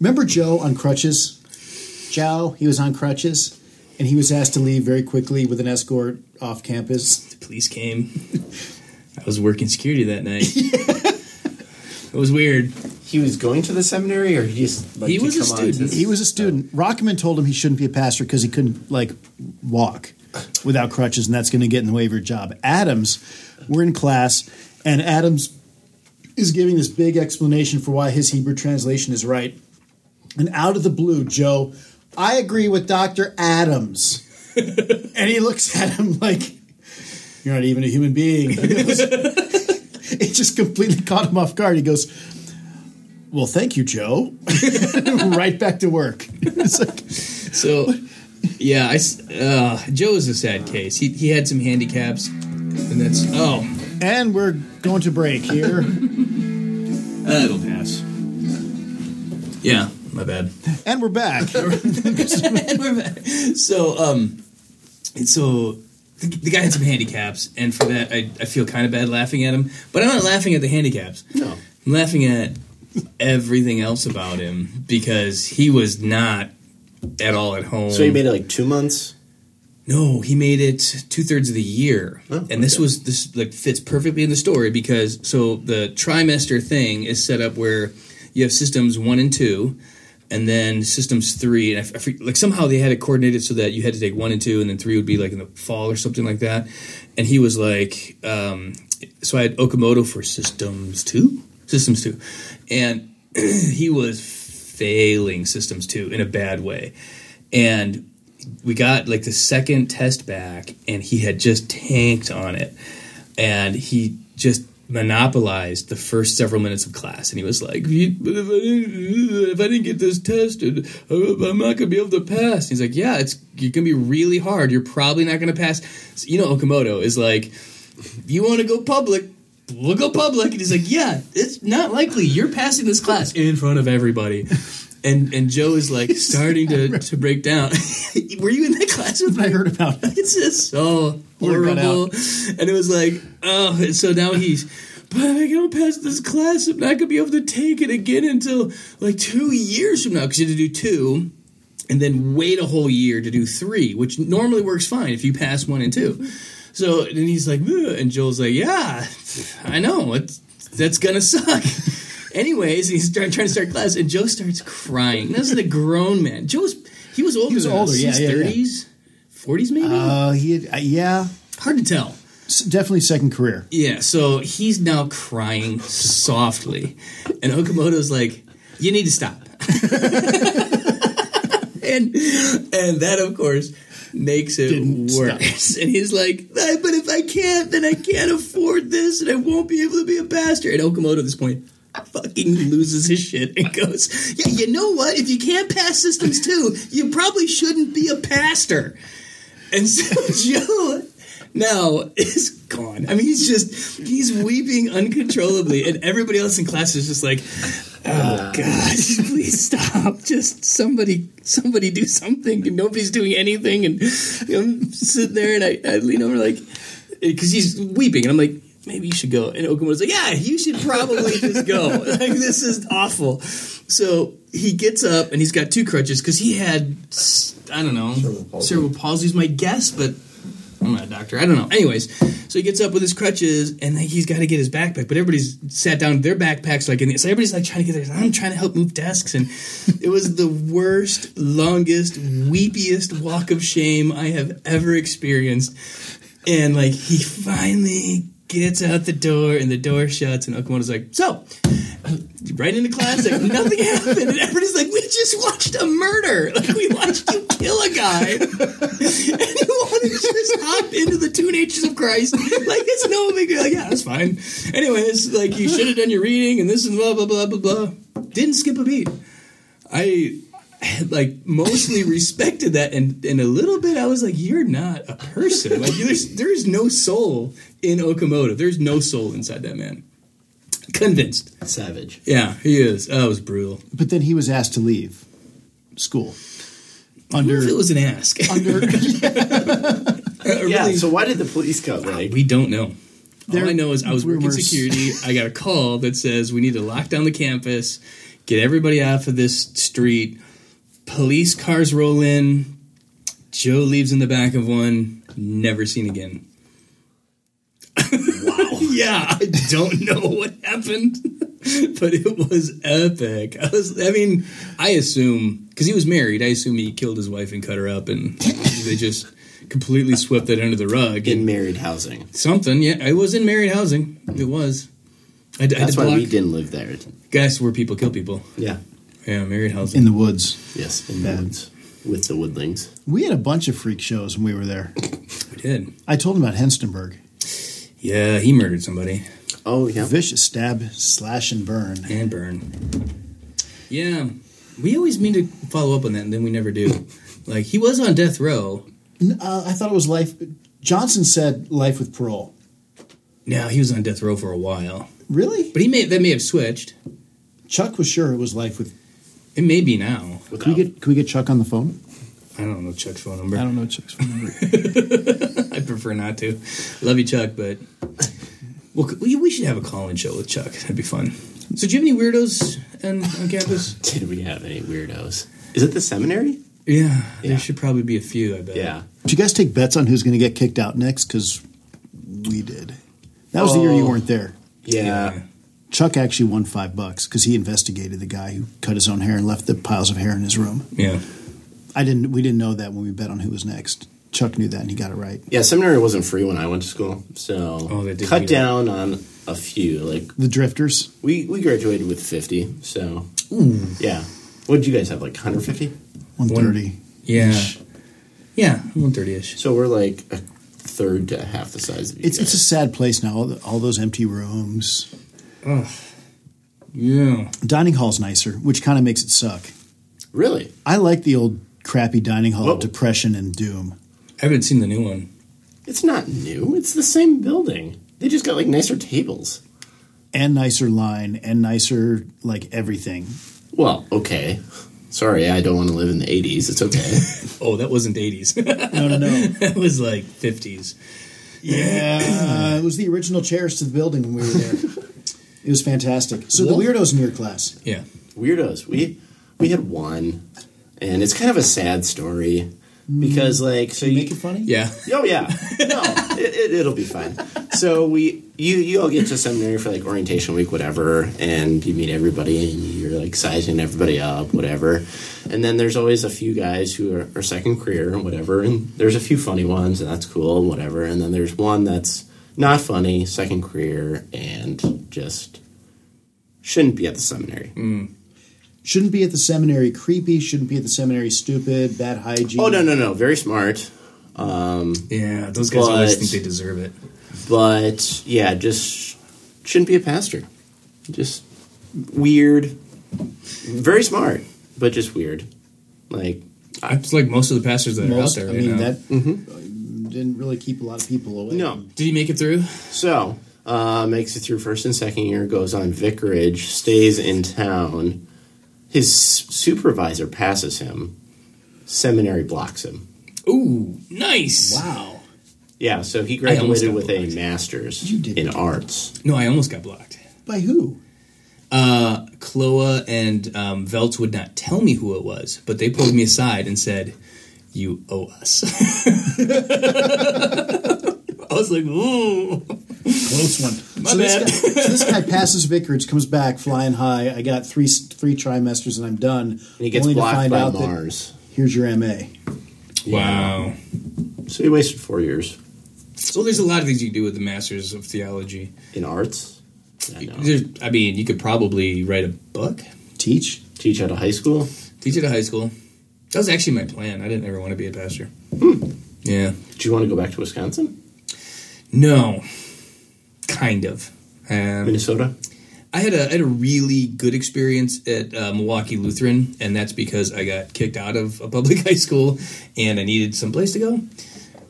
C: Remember Joe on crutches? Joe, he was on crutches, and he was asked to leave very quickly with an escort off campus.
A: the police came. I was working security that night. It was weird.
D: He was going to the seminary, or he just like
A: He
D: to
A: was a
D: come on to
A: student.
D: this-
C: He was a student. Rockman told him he shouldn't be a pastor because he couldn't like walk without crutches, and that's going to get in the way of your job. Adams, we're in class, and Adams is giving this big explanation for why his Hebrew translation is right. And out of the blue, Joe, I agree with Dr. Adams. and he looks at him like, You're not even a human being. it just completely caught him off guard. He goes, Well, thank you, Joe. right back to work. It's like,
A: So, yeah, I s uh, Joe is a sad case. He he had some handicaps, and that's oh,
C: and we're going to break here.
D: That'll pass.
A: yeah, my bad.
C: And we're back.
A: so um so the, the guy had some handicaps and for that I, I feel kind of bad laughing at him but i'm not laughing at the handicaps
D: No.
A: i'm laughing at everything else about him because he was not at all at home
D: So he made it like two months.
A: no, he made it two thirds of the year,
D: Oh,
A: and this
D: okay.
A: was this like fits perfectly in the story because so the trimester thing is set up where you have systems one and two, and then systems three, and I f- I, fre- like somehow they had it coordinated so that you had to take one and two, and then three would be like in the fall or something like that. And he was like, um, so I had Okamoto for systems two, systems two, and he was failing systems two in a bad way, and we got like the second test back and he had just tanked on it and he just monopolized the first several minutes of class and he was like "You- but if I, didn't, if I didn't get this tested i'm not gonna be able to pass he's like yeah it's you're gonna be really hard you're probably not gonna pass So, you know okamoto is like "If you want to go public we'll go public and he's like yeah it's not likely you're passing this class in front of everybody and and joe is like starting to, to break down were you in that class with
C: I heard about it.
A: it's just so
C: Word got
A: horrible. And it was like, oh, and so now he's, but I don't pass this class. I'm not going to be able to take it again until like two years from now because you had to do two and then wait a whole year to do three, which normally works fine if you pass one and two. So and he's like, "Ugh," and Joel's like, yeah, I know. It's, that's gonna suck. Anyways, he's start, trying to start class, and Joe starts crying. This is a grown man. Joe's he was older.
C: was
A: than
C: older,
A: us.
C: yeah,
A: He's
C: yeah, yeah.
A: thirties, forties, maybe.
C: Uh, he had, uh, yeah,
A: Hard to tell.
C: s- definitely second career.
A: Yeah, so he's now crying softly, and Okamoto's like, "You need to stop." and and that, of course, makes it
C: Didn't stop.
A: worse. And he's like, "Ah, "But if I can't, then I can't afford this, and I won't be able to be a pastor." And Okamoto, at this point, fucking loses his shit and goes, "Yeah, you know what? If you can't pass systems too, you probably shouldn't be a pastor." And so Joe now is gone. I mean, he's just he's weeping uncontrollably, and everybody else in class is just like, "Oh God, please stop! Just somebody, somebody do something!" And nobody's doing anything, and I'm sitting there, and I, I lean over like, because he's weeping, and I'm like. Maybe you should go. And Okamoto's like, "Yeah, you should probably just go. Like, this is awful." So he gets up and he's got two crutches because he had, s- I don't know, cerebral
D: Cerebral
A: palsy.
D: palsy.
A: is my guess, but I'm not a doctor. I don't know. Anyways, so he gets up with his crutches and like, he's got to get his backpack. But everybody's sat down with their backpacks like in the, so everybody's like trying to get there. I'm trying to help move desks, and it was the worst, longest, weepiest walk of shame I have ever experienced. And like he finally gets out the door, and the door shuts, and Okamoto's like, "So, right into class, like nothing happened, and everybody's like, "We just watched a murder. Like we watched you kill a guy, and you want to just hop into the two natures of Christ? Like it's no big deal. Like, yeah, that's fine. Anyways, like you should have done your reading, and this and blah blah blah blah blah. Didn't skip a beat. I like mostly respected that and and a little bit I was like you're not a person like there's there is no soul in Okamoto there's no soul inside that man Convinced.
D: Savage.
A: Yeah, he is. Oh, it was brutal.
C: But then he was asked to leave school.
A: What
C: Under
A: if it was an ask?
C: under
A: Or
D: Yeah.
A: really-
D: So why did the police come? Like,
A: we don't know.
C: There-
A: All I know is I was working
C: rumors.
A: security. I got a call that says we need to lock down the campus, get everybody off of this street. Police cars roll in. Joe leaves in the back of one, never seen again. Wow. yeah, I don't know what happened, but it was epic. I was, I mean, I assume because he was married, I assume he killed his wife and cut her up, and they just completely swept that under the rug.
D: in married housing.
A: Something, yeah. It was in married housing. It was. I, d- I
D: That's
A: did
D: why
A: block.
D: we didn't live there.
A: Guess where people kill people.
D: Yeah.
A: Yeah, married housing.
C: in the woods.
D: Yes. In the
C: Bad.
D: woods with the woodlings.
C: We had a bunch of freak shows when we were there.
A: we did.
C: I told him about Henstenberg.
A: Yeah, he murdered somebody
D: Oh yeah.
C: Vicious stab, slash, and burn.
A: and burn. Yeah, we always mean to follow up on that, and then we never do. Like he was on death row.
C: N- Uh, I thought it was life. Johnson said life with parole.
A: Now he was on death row for a while,
C: Really?
A: but he may that may have switched.
C: Chuck was sure it was life with.
A: It may be now.
C: Can we get can we get Chuck on the phone?
A: I don't know Chuck's phone number.
C: know Chuck's phone number.
A: I prefer not to. Love you, Chuck, but well, c- we we should have a call-in show with Chuck. That'd be fun. So, do you have any weirdos on, on campus?
D: Did we have any weirdos? Is it the seminary?
A: Yeah,
D: Yeah.
A: there should probably be a few. I bet.
D: Yeah.
C: Did you guys take bets on who's going to get kicked out next? Because we did. That was the year you
D: Oh.
C: weren't there.
D: Yeah.
A: Yeah.
C: Chuck actually won five bucks because he investigated the guy who cut his own hair and left the piles of hair in his room.
A: Yeah.
C: I didn't. We didn't know that when we bet on who was next. Chuck knew that and he got it right.
D: Yeah, seminary wasn't free when I went to school, so
A: Oh, they did
D: cut
A: meet up.
D: down on a few. Like
C: The Drifters.
D: we, we graduated with fifty, so yeah. What did you guys have? Like one hundred fifty?
C: One thirty.
A: Yeah. Yeah. One thirty-ish.
D: So we're like a third to half the size of you.
C: It's
D: guys.
C: it's a sad place now. All, the, all those empty rooms.
A: Yeah.
C: Dining hall's nicer, which kind of makes it suck.
D: really
C: I like the old crappy dining hall
D: Whoa.
C: of depression and doom.
A: I haven't seen the new one.
D: it's not new. It's the same building. They just got like nicer tables.
C: And nicer line and nicer like everything.
D: Well, okay. Sorry, I don't want to live in the eighties. It's okay.
A: Oh, that wasn't eighties. that
C: No, no, no.
A: was like fifties.
C: Yeah, Uh, it was the original chairs to the building when we were there. it was fantastic. So the weirdos in your class.
A: Yeah.
D: weirdos. We we had one, and it's kind of a sad story because like so you,
C: Hmm. Make it funny.
A: Yeah.
D: Oh yeah, no, it, it, it'll be fine. So we, you, you all get to seminary for like orientation week, whatever, and you meet everybody, and you're like sizing everybody up, whatever. And then there's always a few guys who are, are second career and whatever, and there's a few funny ones, and that's cool, whatever. And then there's one that's not funny, second career, and just shouldn't be at the seminary.
C: Shouldn't be at the seminary creepy. Shouldn't be at the seminary stupid. Bad hygiene.
D: Oh no, no, no, very smart. Um,
A: Yeah. Those guys always
D: But-
A: think they deserve it.
D: but yeah, just shouldn't be a pastor. Just weird, very smart, but just weird. Like
A: It's like most of the pastors that
C: Most,
A: are out
C: I
A: there.
C: mean
A: you know?
C: that uh, didn't really keep a lot of people away.
D: no,
A: Did he make it through?
D: so uh, makes it through first and second year, goes on vicarage, stays in town. His supervisor passes him. Seminary blocks him.
A: Ooh, nice.
C: Wow.
D: Yeah, so he
A: I almost
D: graduated
A: got
D: with a
A: blocked.
D: master's
C: You did.
D: in arts.
A: No, I almost got blocked.
C: By who?
A: uh, Chloa and um, Veltz would not tell me who it was, but they pulled me aside and said, "You owe us." I was like, "Ooh,
C: Close one.
A: My
C: so,
A: bad.
C: This guy, so this guy passes Vicarage, comes back flying high. I got three three trimesters and I'm done.
D: And he gets
C: only to
D: blocked
C: find
D: by
C: out
D: Mars.
C: that here's your MA.
A: wow!"
D: So he wasted four years
A: So there's a lot of things you can do with the Masters of Theology.
D: in arts. uh, I know.
A: There's, I mean, you could probably write a book,
C: Teach.
D: Teach out of high school.
A: teach at a high school. That was actually my plan. I didn't ever want to be a pastor. Yeah,
D: Do you want to go back to Wisconsin,
A: no, kind of. Um,
D: Minnesota?
A: I had a I had a really good experience at uh, Milwaukee Lutheran, and that's because I got kicked out of a public high school and I needed some place to go.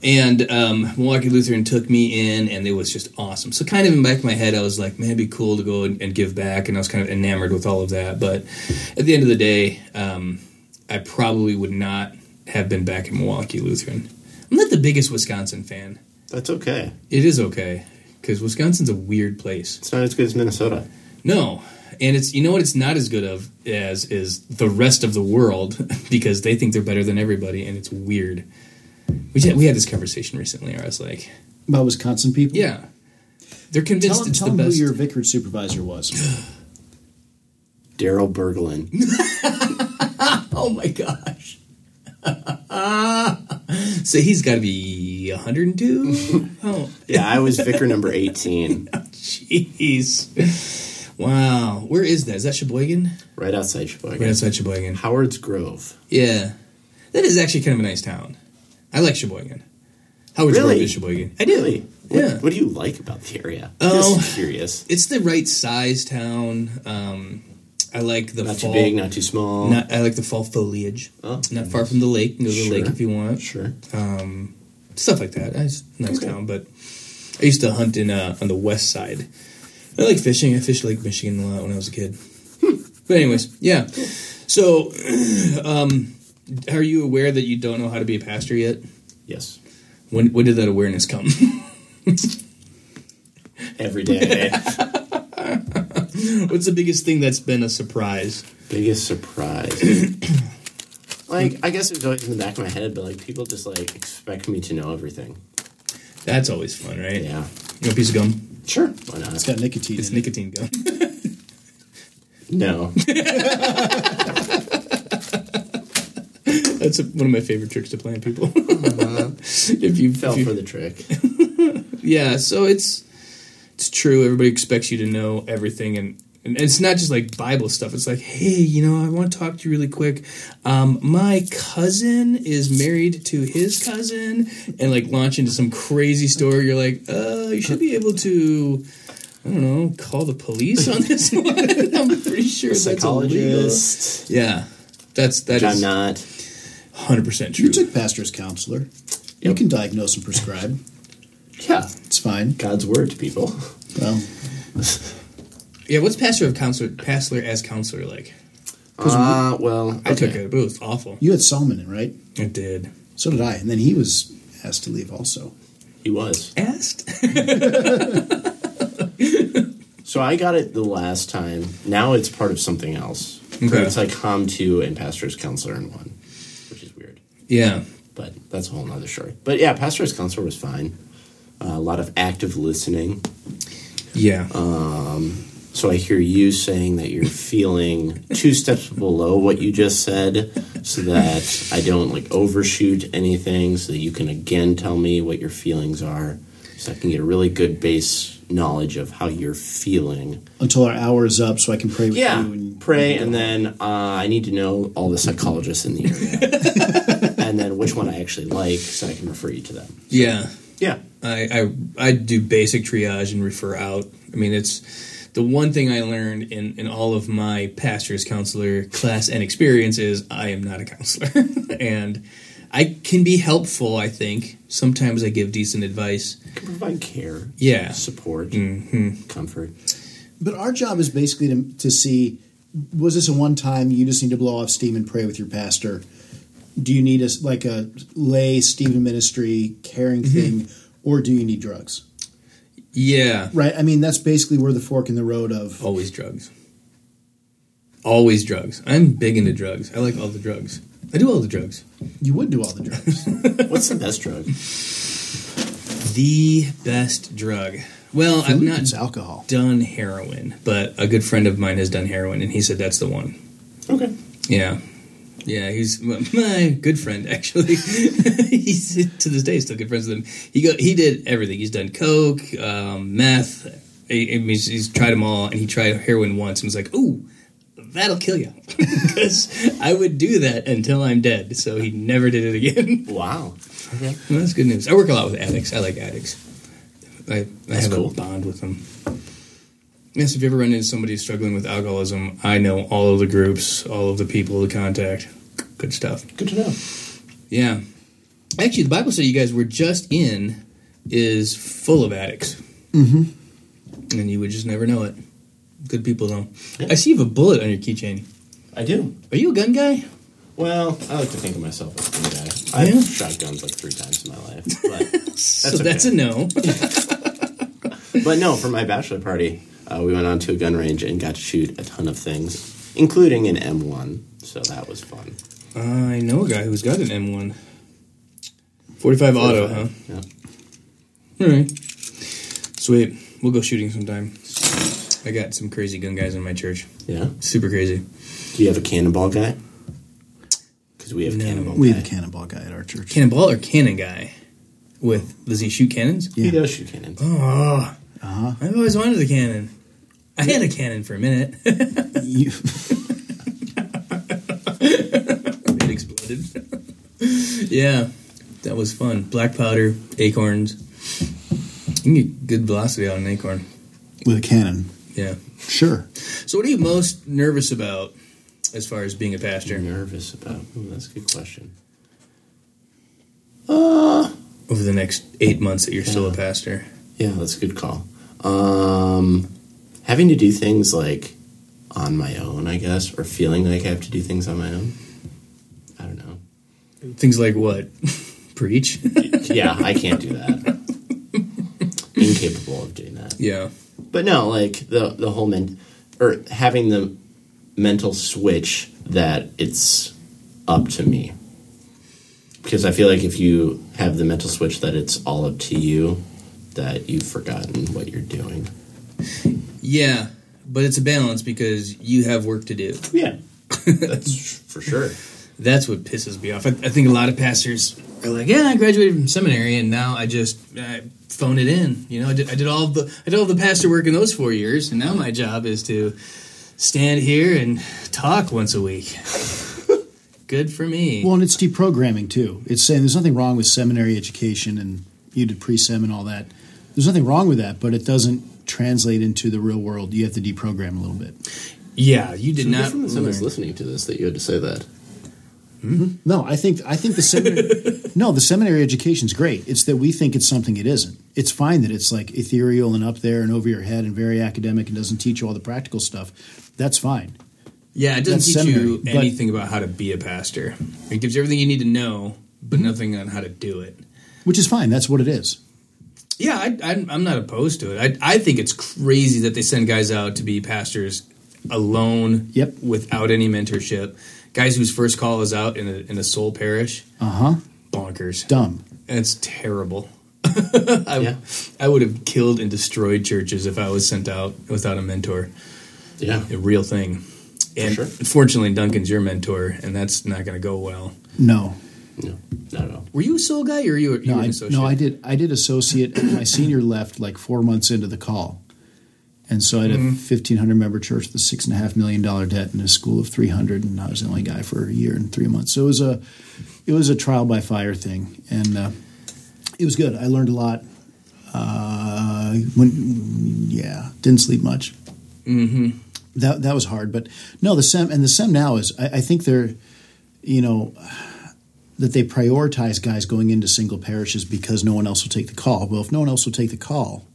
A: And um, Milwaukee Lutheran took me in, and it was just awesome. So, kind of in the back of my head, I was like, man, it'd be cool to go and, and give back. And I was kind of enamored with all of that. But at the end of the day, um, I probably would not have been back in Milwaukee Lutheran. I'm not the biggest Wisconsin fan.
D: That's okay.
A: It is okay, because Wisconsin's a weird place.
D: It's not as good as Minnesota.
A: No. And it's you know what it's not as good of as is the rest of the world because they think they're better than everybody and it's weird. We had, we had this conversation recently. Where I was like,
C: About Wisconsin people?
A: yeah, they're convinced
C: Tell,
A: it's
C: tell
A: the
C: them who
A: best.
C: your vicarage supervisor was.
D: Daryl Berglund.
A: oh my gosh! so he's got to be 102. oh,
D: yeah, I was vicar number 18,
A: jeez! Wow, where is that? Is that Sheboygan?
D: right outside Sheboygan.
A: Right outside Sheboygan.
D: Howard's Grove.
A: Yeah, that is actually kind of a nice town. I like Sheboygan. Howard's
D: Really?
A: Grove is Sheboygan.
D: I really? What,
A: Yeah.
D: what do you like about the area?
A: Oh.
D: Just curious.
A: It's the right size town. Um, I like the
D: Not too
A: fall.
D: big, not too small.
A: Not, I like the fall foliage.
D: Oh.
A: not far from the lake. You can go to
D: Sure.
A: the lake if you want.
D: sure.
A: Um, stuff like that. It's a nice
D: Okay.
A: town, but I used to hunt in uh, on the west side. I like fishing. I fished Lake Michigan a lot when I was a kid.
D: Hmm.
A: But anyways, yeah. So, um, are you aware that you don't know how to be a pastor yet?
D: Yes.
A: When when did that awareness come?
D: Every day.
A: What's the biggest thing that's been a surprise?
D: Biggest surprise. like, I guess it was always in the back of my head, but like people just like expect me to know everything.
A: That's always fun, right?
D: Yeah.
A: You know, a piece of gum.
D: Sure. Why not?
C: It's got nicotine
A: It's
C: in it.
A: nicotine gum.
D: No.
A: That's a, one of my favorite tricks to play on people. if you
D: Fell
A: if you-
D: Mm-hmm. for the trick.
A: yeah, so it's it's true. Everybody expects you to know everything, and, and it's not just like Bible stuff. It's like, hey, you know, I want to talk to you really quick. Um, my cousin is married to his cousin, and like launch into some crazy story. You're like, uh, you should be able to. I don't know. Call the police on this one. I'm pretty sure that's illegal.
D: Psychologist.
A: Yeah, that's that
D: Which I'm
A: is
D: not.
A: hundred percent true.
C: You took pastor's counselor. You
D: Yep.
C: can diagnose and prescribe.
D: Yeah.
C: It's fine.
D: God's word to people.
C: Well,
A: Yeah, what's pastor of counselor pastor as counselor like?
D: Uh, well,
A: I took
D: okay.
A: it, but it was awful.
C: you had Solomon, right?
A: It did.
C: So did I. And then he was asked to leave also.
D: He was.
A: Asked?
D: So I got it the last time. Now it's part of something else.
A: Okay.
D: It's like Com two and Pastor's Counselor in one, which is weird.
A: yeah.
D: But that's a whole nother story. But yeah, Pastor's Counselor was fine. Uh, a lot of active listening.
A: Yeah.
D: So I hear you saying that you're feeling two steps below what you just said, so that I don't like overshoot anything, so that you can again tell me what your feelings are, so I can get a really good base knowledge of how you're feeling.
C: Until our hour is up, so I can pray with
D: Yeah,
C: you. And
D: pray, and then uh, I need to know all the psychologists in the area, and then which one I actually like, so I can refer you to them.
A: yeah.
D: Yeah,
A: I, I I do basic triage and refer out. I mean, it's the one thing I learned in, in all of my pastor's counselor class and experience is I am not a counselor, and I can be helpful. I think sometimes I give decent advice.
D: can provide care,
A: Yeah.
D: support, Mm-hmm. comfort.
C: But our job is basically to, to see was this a one time you just need to blow off steam and pray with your pastor? Do you need a like a lay Stephen ministry caring thing, or do you need drugs?
A: Yeah.
C: Right. I mean, that's basically where the fork in the road of
A: Always drugs. Always drugs. I'm big into drugs. I like all the drugs. I do all the drugs.
C: you would do all the drugs.
D: What's the best drug?
A: The best drug. Well, I've not
C: it's alcohol.
A: done heroin, but a good friend of mine has done heroin, and he said that's the one.
D: Okay.
A: Yeah. Yeah, he's my good friend. Actually, he's to this day still good friends with him. He go, he did everything. He's done coke, um, meth. I, I mean, he's, he's tried them all, and he tried heroin once, and was like, "Ooh, that'll kill you," because I would do that until I'm dead. So he never did it again.
D: Wow. Okay.
A: Well, that's good news. I work a lot with addicts. I like addicts. I, I have
D: cool.
A: a bond with them. Yes, if you ever run into somebody struggling with alcoholism, I know all of the groups, all of the people to contact. Good stuff.
D: Good to know.
A: Yeah. Actually, the Bible study you guys were just in is full of addicts. Mm-hmm. And you would just never know it. Good people though.
D: Yeah.
A: I see you have a bullet on your keychain.
D: I do.
A: Are you a gun guy?
D: Well, I like to think of myself as a good guy. I've
A: Yeah.
D: shot guns like three times in my life. But,
A: so that's a
D: okay.
A: no.
D: but no, for my bachelor party, uh, we went on to a gun range and got to shoot a ton of things, including an M1. So that was fun.
A: I know a guy who's got an M1. 45 auto, huh?
D: Yeah.
A: All right. Sweet. We'll go shooting sometime. I got some crazy gun guys in my church.
D: Yeah.
A: Super crazy.
D: Do you have a cannonball guy? Because we have
A: No.
D: cannonball
C: We
D: guy.
C: have a cannonball guy at our church.
A: Cannonball or cannon guy? With does he shoot cannons?
D: He
C: Yeah.
D: does shoot cannons.
A: Oh,
C: Uh-huh.
A: I've always wanted a cannon. I had a cannon for a minute. it
C: You-
A: exploded. yeah, that was fun. Black powder, acorns. You can get good velocity out of an acorn.
C: with a cannon.
A: Yeah.
C: Sure.
A: So, what are you most nervous about as far as being a pastor?
D: You're nervous about. Ooh, that's a good question.
A: Uh, over the next eight months that you're still a pastor.
D: Yeah, that's a good call. Um, having to do things like on my own, I guess, or feeling like I have to do things on my own. I don't know.
A: Things like what? Preach?
D: Yeah, I can't do that. Incapable of doing that.
A: yeah.
D: But no, like the the whole men or having the mental switch that it's up to me. Because I feel like if you have the mental switch that it's all up to you, that you've forgotten what you're doing.
A: Yeah. But it's a balance because you have work to do.
D: Yeah. That's for sure.
A: That's what pisses me off. I, I think a lot of pastors are like, "Yeah, I graduated from seminary, and now I just I phone it in." You know, I did, I did all the I did all the pastor work in those four years, and now my job is to stand here and talk once a week. Good for me.
C: Well, and it's deprogramming too. It's saying there's nothing wrong with seminary education and you did pre-sem and all that. There's nothing wrong with that, but it doesn't translate into the real world. You have to deprogram a little bit.
A: yeah, you did not.
D: someone's
A: learn.
D: listening to this that you had to say that.
C: No, I think I think the seminary. no, the seminary education's great. It's that we think it's something it isn't. It's fine that it's like ethereal and up there and over your head and very academic and doesn't teach you all the practical stuff. That's fine.
A: Yeah, it doesn't
C: That's
A: teach
C: seminary,
A: you
C: but-
A: anything about how to be a pastor. It gives you everything you need to know, but
C: Mm-hmm.
A: nothing on how to do it.
C: Which is fine. That's what it is.
A: Yeah, I, I, I'm not opposed to it. I, I think it's crazy that they send guys out to be pastors alone,
C: Yep.
A: without any mentorship. Guys whose first call is out in a, in a soul parish,
C: Uh huh.
A: bonkers.
C: Dumb.
A: And it's terrible. I,
D: Yeah.
A: I would have killed and destroyed churches if I was sent out without a mentor.
D: Yeah.
A: A real thing. And
D: sure.
A: unfortunately, Duncan's your mentor, and that's not going to go well.
C: No.
D: No, not at all.
A: Were you a soul guy or you, you
C: No,
A: were an
C: I,
A: associate?
C: no, I did. I did associate. and my senior left like four months into the call, and so I had
A: Mm-hmm.
C: a fifteen hundred member church with a six and a half million dollar debt and a school of three hundred, and I was the only guy for a year and three months. So it was a, it was a trial by fire thing, and uh, it was good. I learned a lot. Uh, when yeah, didn't sleep much. Mm-hmm. That that was hard, but no, the sem and the sem now is. I, I think they're, you know, that they prioritize guys going into single parishes because no one else will take the call. Well, if no one else will take the call,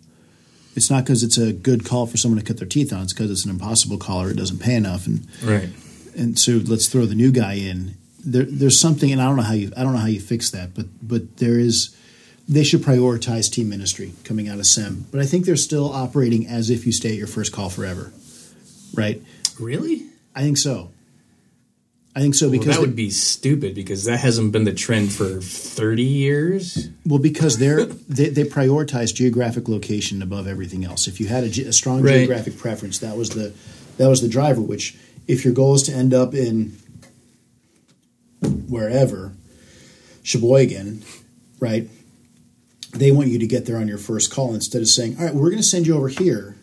C: it's not because it's a good call for someone to cut their teeth on. It's because it's an impossible call or it doesn't pay enough. And
A: Right.
C: and so let's throw the new guy in. There, there's something, and I don't know how you I don't know how you fix that, but but there is. They should prioritize team ministry coming out of SEM, but I think they're still operating as if you stay at your first call forever, right?
A: Really?
C: I think so. I think so
A: Well,
C: because
A: that
C: the-
A: would be stupid because that hasn't been the trend for 30 years.
C: Well, because they're they, they prioritize geographic location above everything else. If you had a, ge- a strong
A: Right.
C: geographic preference, that was the that was the driver. Which, if your goal is to end up in wherever, Sheboygan, right? They want you to get there on your first call instead of saying, "All right, we're going to send you over here."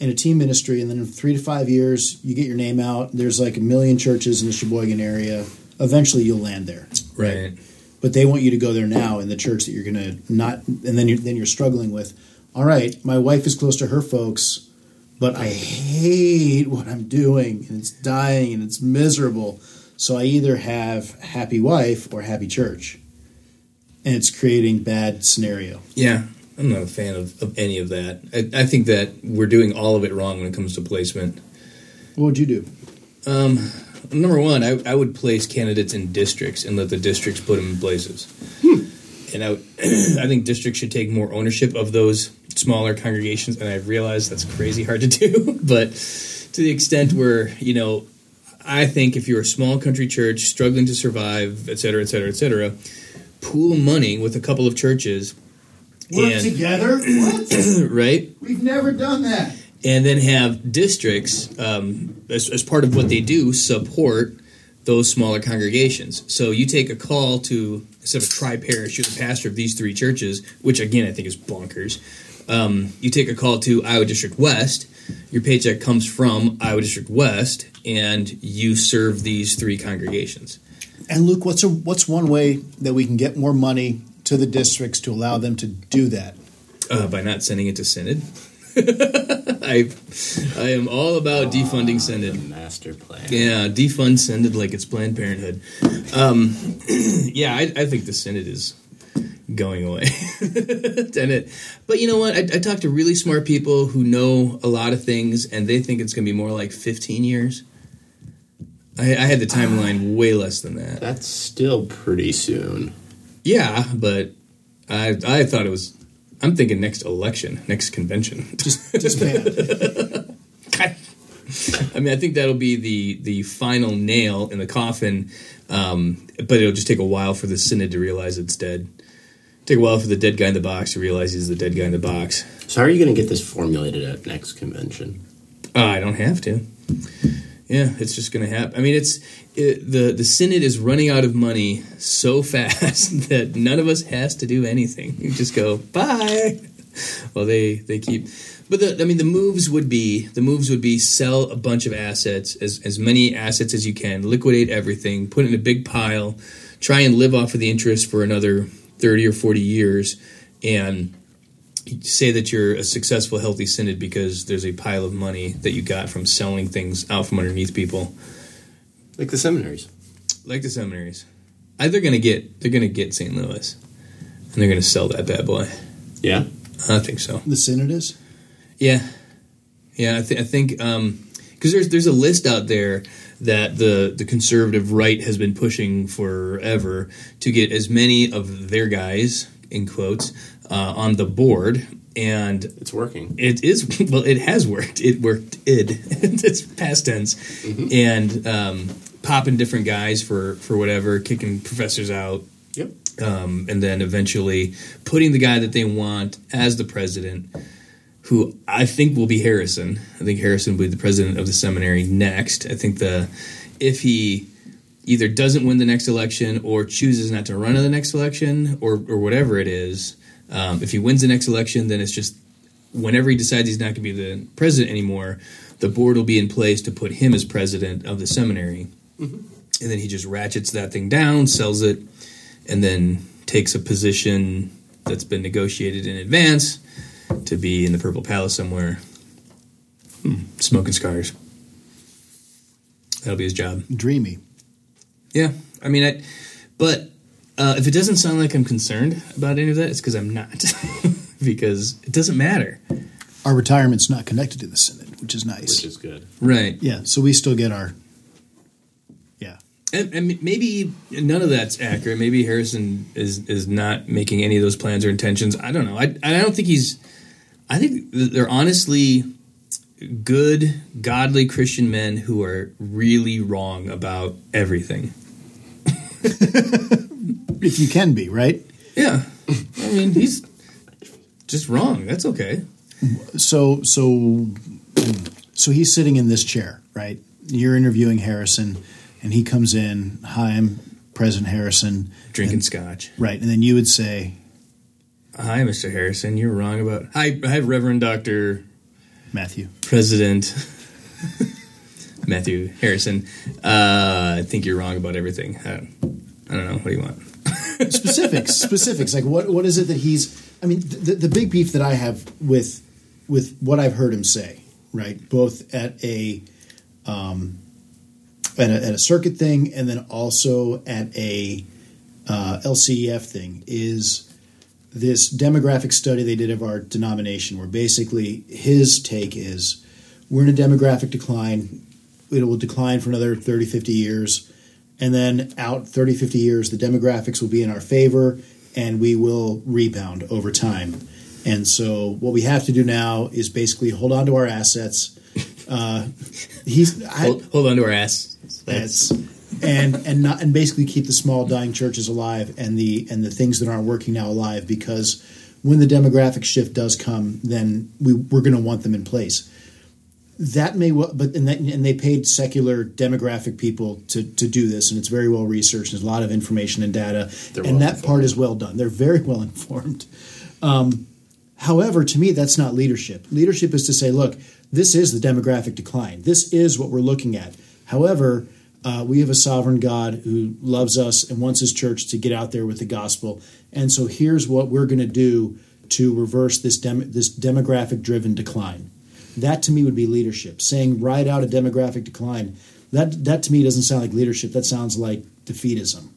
C: In a team ministry, and then in three to five years, you get your name out. There's like a million churches in the Sheboygan area. Eventually, you'll land there
A: Right.
C: but they want you to go there now in the church that you're going to not and then you're then you're struggling with all right my wife is close to her folks but i hate what i'm doing and it's dying and it's miserable so i either have happy wife or happy church and it's creating bad scenario.
A: Yeah, I'm not a fan of, of any of that. I, I think that we're doing all of it wrong when it comes to placement.
C: What would you do?
A: Number one, I, I would place candidates in districts and let the districts put them in places. And I, would, I think districts should take more ownership of those smaller congregations. And I realize that's crazy hard to do, but to the extent where you know, I think if you're a small country church struggling to survive, et cetera, et cetera, et cetera, pool money with a couple of churches,
E: Work
A: And-
E: together. What?
A: right?
E: We've never done that.
A: and then have districts um, as, as part of what they do support those smaller congregations. So you take a call to instead of tri parish, you're the pastor of these three churches, which again I think is bonkers. Um, you take a call to Iowa District West. Your paycheck comes from Iowa District West, and you serve these three congregations.
C: And Luke, what's a, what's one way that we can get more money to the districts to allow them to do that?
A: uh, by not sending it to Synod. I, I am all about defunding Synod.
D: Master plan.
A: Yeah, defund Synod like it's Planned Parenthood. Um, yeah, I, I think the Synod is going away. and it, but you know what? I, I talk to really smart people who know a lot of things, and they think it's going to be more like 15 years. I, I had the timeline way less than that.
D: That's still pretty soon.
A: Yeah, but I, I thought it was. I'm thinking next election, next convention.
C: Just disband.
A: I mean, I think that'll be the the final nail in the coffin, um, but it'll just take a while for the synod to realize it's dead. Take a while for the dead guy in the box to realize he's the dead guy in the box.
D: So how are you going to get this formulated at next convention?
A: Uh, I don't have to. Yeah, it's just going to happen. I mean, it's it, the the synod is running out of money so fast that none of us has to do anything. You just go bye. Well, they they keep, but the, I mean, the moves would be the moves would be sell a bunch of assets, as as many assets as you can, liquidate everything, put it in a big pile, try and live off of the interest for another thirty or forty years, and say that you're a successful, healthy synod because there's a pile of money that you got from selling things out from underneath people,
D: Like the seminaries.
A: like the seminaries. I, they're gonna get they're gonna get St. Louis, and they're gonna sell that bad boy.
D: Yeah.
A: I think so.
C: the Synod is?
A: Yeah, yeah. I, th- I think because there's there's a list out there that the the conservative right has been pushing forever to get as many of their guys in quotes uh, on the board. And
D: It's working.
A: It is well. It has worked. It worked. Id. it's past tense, and um, popping different guys for for whatever, kicking professors out,
D: Yep.
A: um, and then eventually putting the guy that they want as the president, who I think will be Harrison. I think Harrison will be the president of the seminary next. I think the if he either doesn't win the next election or chooses not to run in the next election or or whatever it is, um, if he wins the next election, then it's just whenever he decides he's not going to be the president anymore, the board will be in place to put him as president of the seminary. And then he just ratchets that thing down, sells it, and then takes a position that's been negotiated in advance to be in the Purple Palace somewhere, hmm, smoking scars. That'll be his job.
C: Dreamy.
A: Yeah, I mean, I, but uh, if it doesn't sound like I'm concerned about any of that, it's because I'm not. because it doesn't matter.
C: Our retirement's not connected to the Synod, which is nice.
D: Which is good.
A: Right.
C: yeah, so we still get our. Yeah.
A: And, and maybe none of that's accurate. Maybe Harrison is is not making any of those plans or intentions. I don't know. I I don't think he's. I think th- they're honestly good, godly Christian men who are really wrong about everything.
C: If you can be, right?
A: Yeah, I mean he's just wrong. That's okay.
C: So, so, so he's sitting in this chair, right? You're interviewing Harrison, and he comes in. Hi, I'm President Harrison.
A: Drinking scotch.
C: Right. And then you would say,
A: Hi, Mr. Harrison. You're wrong about. Hi, hi, Reverend Doctor
C: Matthew.
A: President Matthew Harrison. Uh, I think you're wrong about everything. I don't, I don't know. What do you want?
C: specifics specifics like what what is it that he's i mean the, the big beef that i have with with what i've heard him say right both at a um at a, at a circuit thing and then also at a uh, LCEF thing is this demographic study they did of our denomination, where basically his take is we're in a demographic decline. It will decline for another 30, 50 years. And then out 30, 50 years, the demographics will be in our favor and we will rebound over time. And so what we have to do now is basically hold on to our assets. Uh, he's I,
A: Hold, hold on to our ass.
C: that's and and not and basically keep the small dying churches alive and the and the things that aren't working now alive because when the demographic shift does come then we we're going to want them in place that may well but and, that, and they paid secular demographic people to to do this and it's very well researched there's a lot of information and data
D: They're
C: and
D: well
C: that part is well done they're very well informed However, to me, that's not leadership. Leadership is to say, look, this is the demographic decline. This is what we're looking at. However, uh, we have a sovereign God who loves us and wants his church to get out there with the gospel. And so here's what we're going to do to reverse this, dem- this demographic driven decline. That to me would be leadership. Saying ride out a demographic decline, that, that to me doesn't sound like leadership. That sounds like defeatism.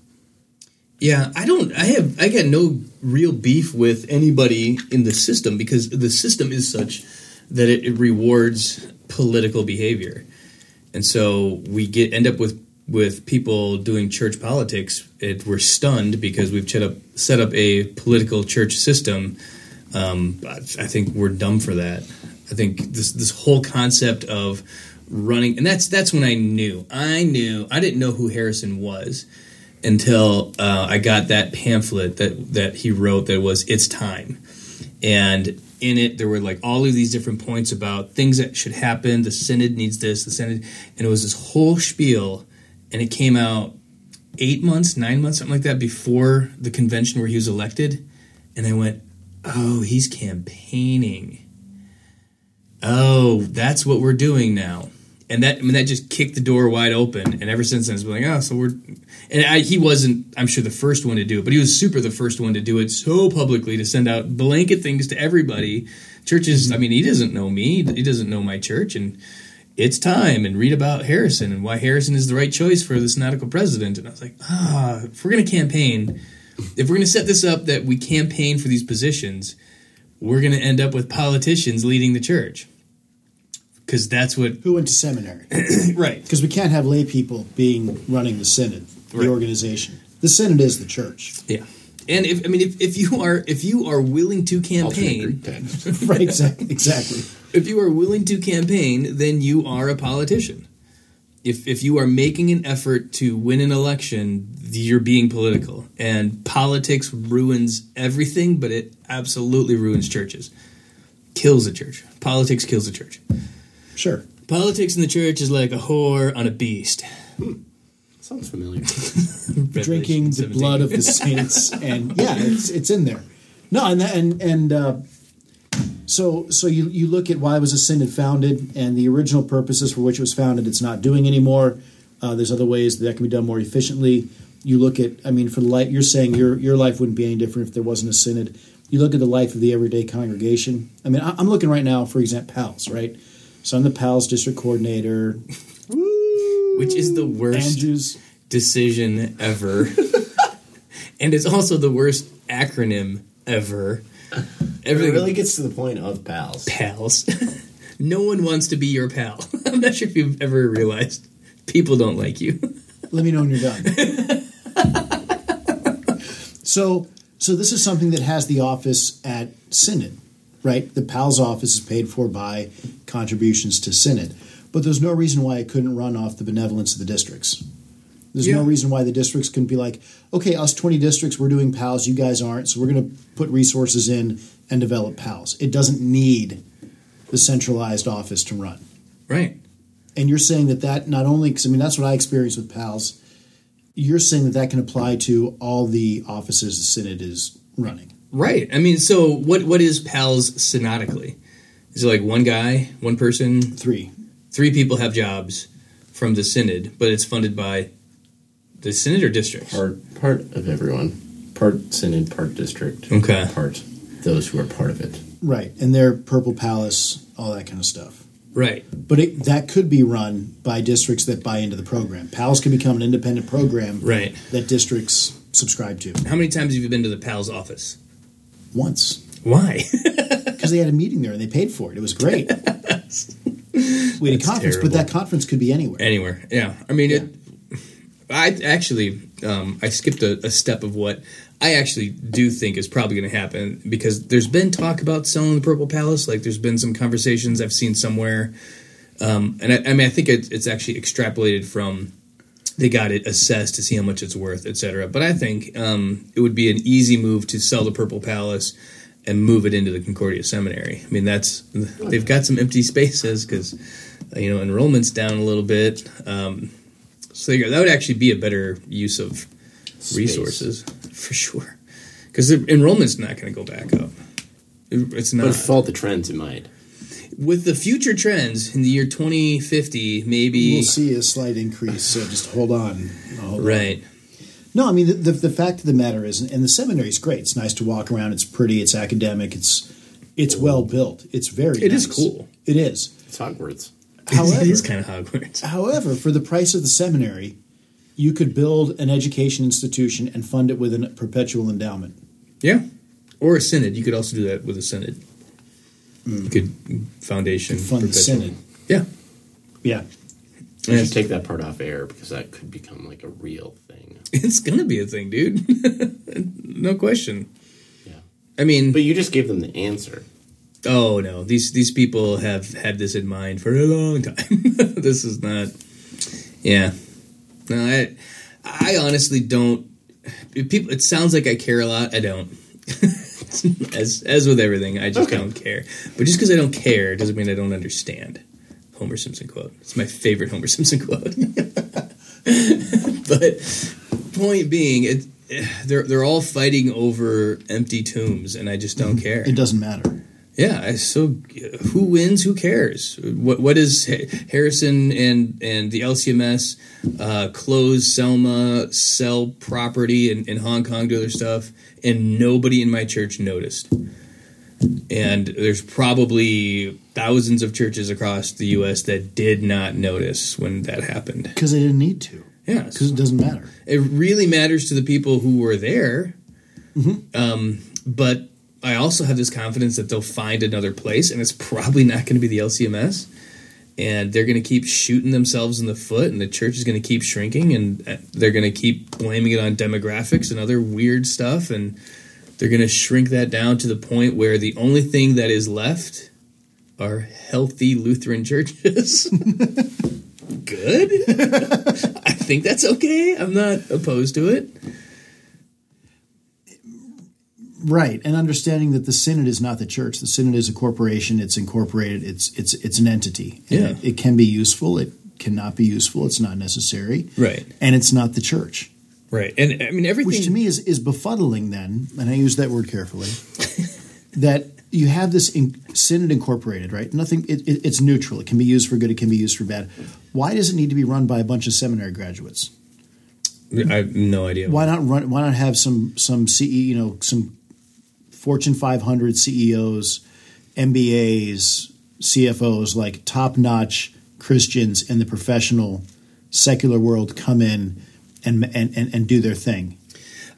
A: Yeah, I don't. I have. I got no real beef with anybody in the system because the system is such that it, it rewards political behavior, and so we get end up with with people doing church politics. It, we're stunned because we've set up set up a political church system. Um, I, I think we're dumb for that. I think this this whole concept of running and that's that's when I knew I knew I didn't know who Harrison was until uh, I got that pamphlet that that he wrote that was it's time, and in it there were like all of these different points about things that should happen. The synod needs this. The synod, and it was this whole spiel, and it came out eight months, nine months, something like that before the convention where he was elected, and I went, oh, he's campaigning. Oh, that's what we're doing now. And that I mean that just kicked the door wide open, and ever since then it's been like, oh, so we're. And I, he wasn't, I'm sure, the first one to do it, but he was super the first one to do it so publicly to send out blanket things to everybody. Churches, I mean, he doesn't know me, he doesn't know my church, and it's time. And read about Harrison and why Harrison is the right choice for the synodical president. And I was like, ah, if we're gonna campaign, if we're gonna set this up that we campaign for these positions, we're gonna end up with politicians leading the church because that's what
C: Who went to seminary?
A: right
C: because we can't have lay people being running the synod, the
A: Right.
C: organization. The synod is the church,
A: yeah and if i mean if, if you are if you are willing to
D: Alternate
A: campaign
D: Greek text.
C: right? Exactly. exactly.
A: if you are willing to campaign then you are a politician if if you are making an effort to win an election you're being political and politics ruins everything but it absolutely ruins churches kills a church politics kills a church
C: Sure.
A: politics in the church is like a whore on a beast
D: Sounds familiar.
A: Revelation
C: Drinking the
A: 17.
C: blood of the saints, and yeah, it's it's in there. No, and that, and and uh, so so you you look at why was a synod founded and the original purposes for which it was founded. It's not doing anymore. Uh, there's other ways that can be done more efficiently. You look at, I mean, for the life you're saying your your life wouldn't be any different if there wasn't a synod. You look at the life of the everyday congregation. I mean, I, I'm looking right now, for example, pals, right? So I'm the pals district coordinator.
A: which is the worst
C: Andrews.
A: decision ever. and it's also the worst acronym ever.
D: it
A: Everything
D: really gets to the point of pals.
A: pals. no one wants to be your pal. I'm not sure if you've ever realized people don't like you.
C: Let me know when you're done. so, so this is something that has the office at Synod, right? The PAL's office is paid for by contributions to Synod, but there's no reason why it couldn't run off the benevolence of the districts. There's no
A: Yeah.
C: reason why the districts couldn't be like, okay, us 20 districts, we're doing PALs, you guys aren't, so we're going to put resources in and develop PALs. It doesn't need the centralized office to run
A: Right.
C: and you're saying that that not only because I mean that's what I experienced with pals. You're saying that that can apply to all the offices the synod is running.
A: Right. I mean, so what what is pals synodically? Is it like one guy, one person,
C: Three,
A: three people have jobs from the synod, but it's funded by the synod or districts?
D: Part part of everyone. Part synod, part district.
A: Okay.
D: Part those who are part of it.
C: right? And their purple palace, all that kind of stuff.
A: Right.
C: But it, that could be run by districts that buy into the program. Pals can become an independent program
A: Right.
C: that districts subscribe to.
A: How many times have you been to the pal's office?
C: Once.
A: Why?
C: Because they had a meeting there and they paid for it. It was great. we had a
A: That's
C: conference,
A: terrible.
C: but that conference could be anywhere.
A: Anywhere. Yeah. I mean, it. I actually, um, I skipped a, a step of what I actually do think is probably going to happen because there's been talk about selling the Purple Palace. Like, there's been some conversations I've seen somewhere. Um, and I, I mean, I think it, it's actually extrapolated from they got it assessed to see how much it's worth, et cetera. But I think um, it would be an easy move to sell the Purple Palace and move it into the Concordia Seminary. I mean, that's they've got some empty spaces because you know enrollment's down a little bit. Um, so there you go. that would actually be a better use of resources for sure because the enrollment's not going to go back up. It- It's not
D: But follow the trends in mind.
A: with the future trends in the year 2050, maybe
C: We'll see a slight increase, so just hold on. Hold on.
A: right.
C: No, I mean the, the the fact of the matter is, and the seminary is great. It's nice to walk around. It's pretty. It's academic. It's it's well built. It's very.
A: It is
C: nice.
A: cool.
C: It is.
D: It's Hogwarts.
C: However,
A: it is kind of Hogwarts.
C: however, for the price of the seminary, you could build an education institution and fund it with a perpetual endowment.
A: Yeah. Or a synod. You could also do that with a synod. You could foundation
C: Mm. Fund the
A: perpetual.
C: synod.
A: Yeah.
C: Yeah,
D: You
A: Yes.
D: should take that part off air because that could become like a real thing.
A: It's going to be a thing, dude. no question.
D: Yeah.
A: I mean,
D: But you just gave them the answer.
A: oh no, these these people have had this in mind for a long time. this is not Yeah. No, I I honestly don't it- people it sounds like I care a lot. I don't. as as with everything, I just
D: Okay.
A: don't care. But just because I don't care doesn't mean I don't understand. Homer Simpson quote. It's my favorite Homer Simpson quote. but point being, it, they're they're all fighting over empty tombs, and I just don't care.
C: it doesn't matter.
A: Yeah, I- so uh, who wins? Who cares? What what is Ha- Harrison and and the LCMS uh, close Selma sell property in, in Hong Kong to other stuff, and nobody in my church noticed. And there's probably thousands of churches across the U.S. that did not notice when that happened.
C: Because they didn't need to.
A: Yeah,
C: Because it doesn't matter.
A: it really matters to the people who were there. Um, but I also have this confidence that they'll find another place, and it's probably not going to be the LCMS. And they're going to keep shooting themselves in the foot, and the church is going to keep shrinking, and uh, they're going to keep blaming it on demographics and other weird stuff, and they're going to shrink that down to the point where the only thing that is left are healthy Lutheran churches. Good. I think that's okay. I'm not opposed to it.
C: Right, and understanding that the synod is not the church. The synod is a corporation. It's incorporated. It's it's it's an entity. And
A: Yeah.
C: it, it can be useful. It cannot be useful. It's not necessary.
A: Right.
C: and it's not the church,
A: Right. And I mean everything
C: which to me is is befuddling. Then, and I use that word carefully. that you have this in, synod incorporated, right? Nothing. It, it, it's neutral. It can be used for good. It can be used for bad. Why does it need to be run by a bunch of seminary graduates?
A: I have no idea.
C: why not run why not have some some CE you know some fortune 500 CEOs MBAs CFOs like top notch Christians in the professional secular world come in and and and, and do their thing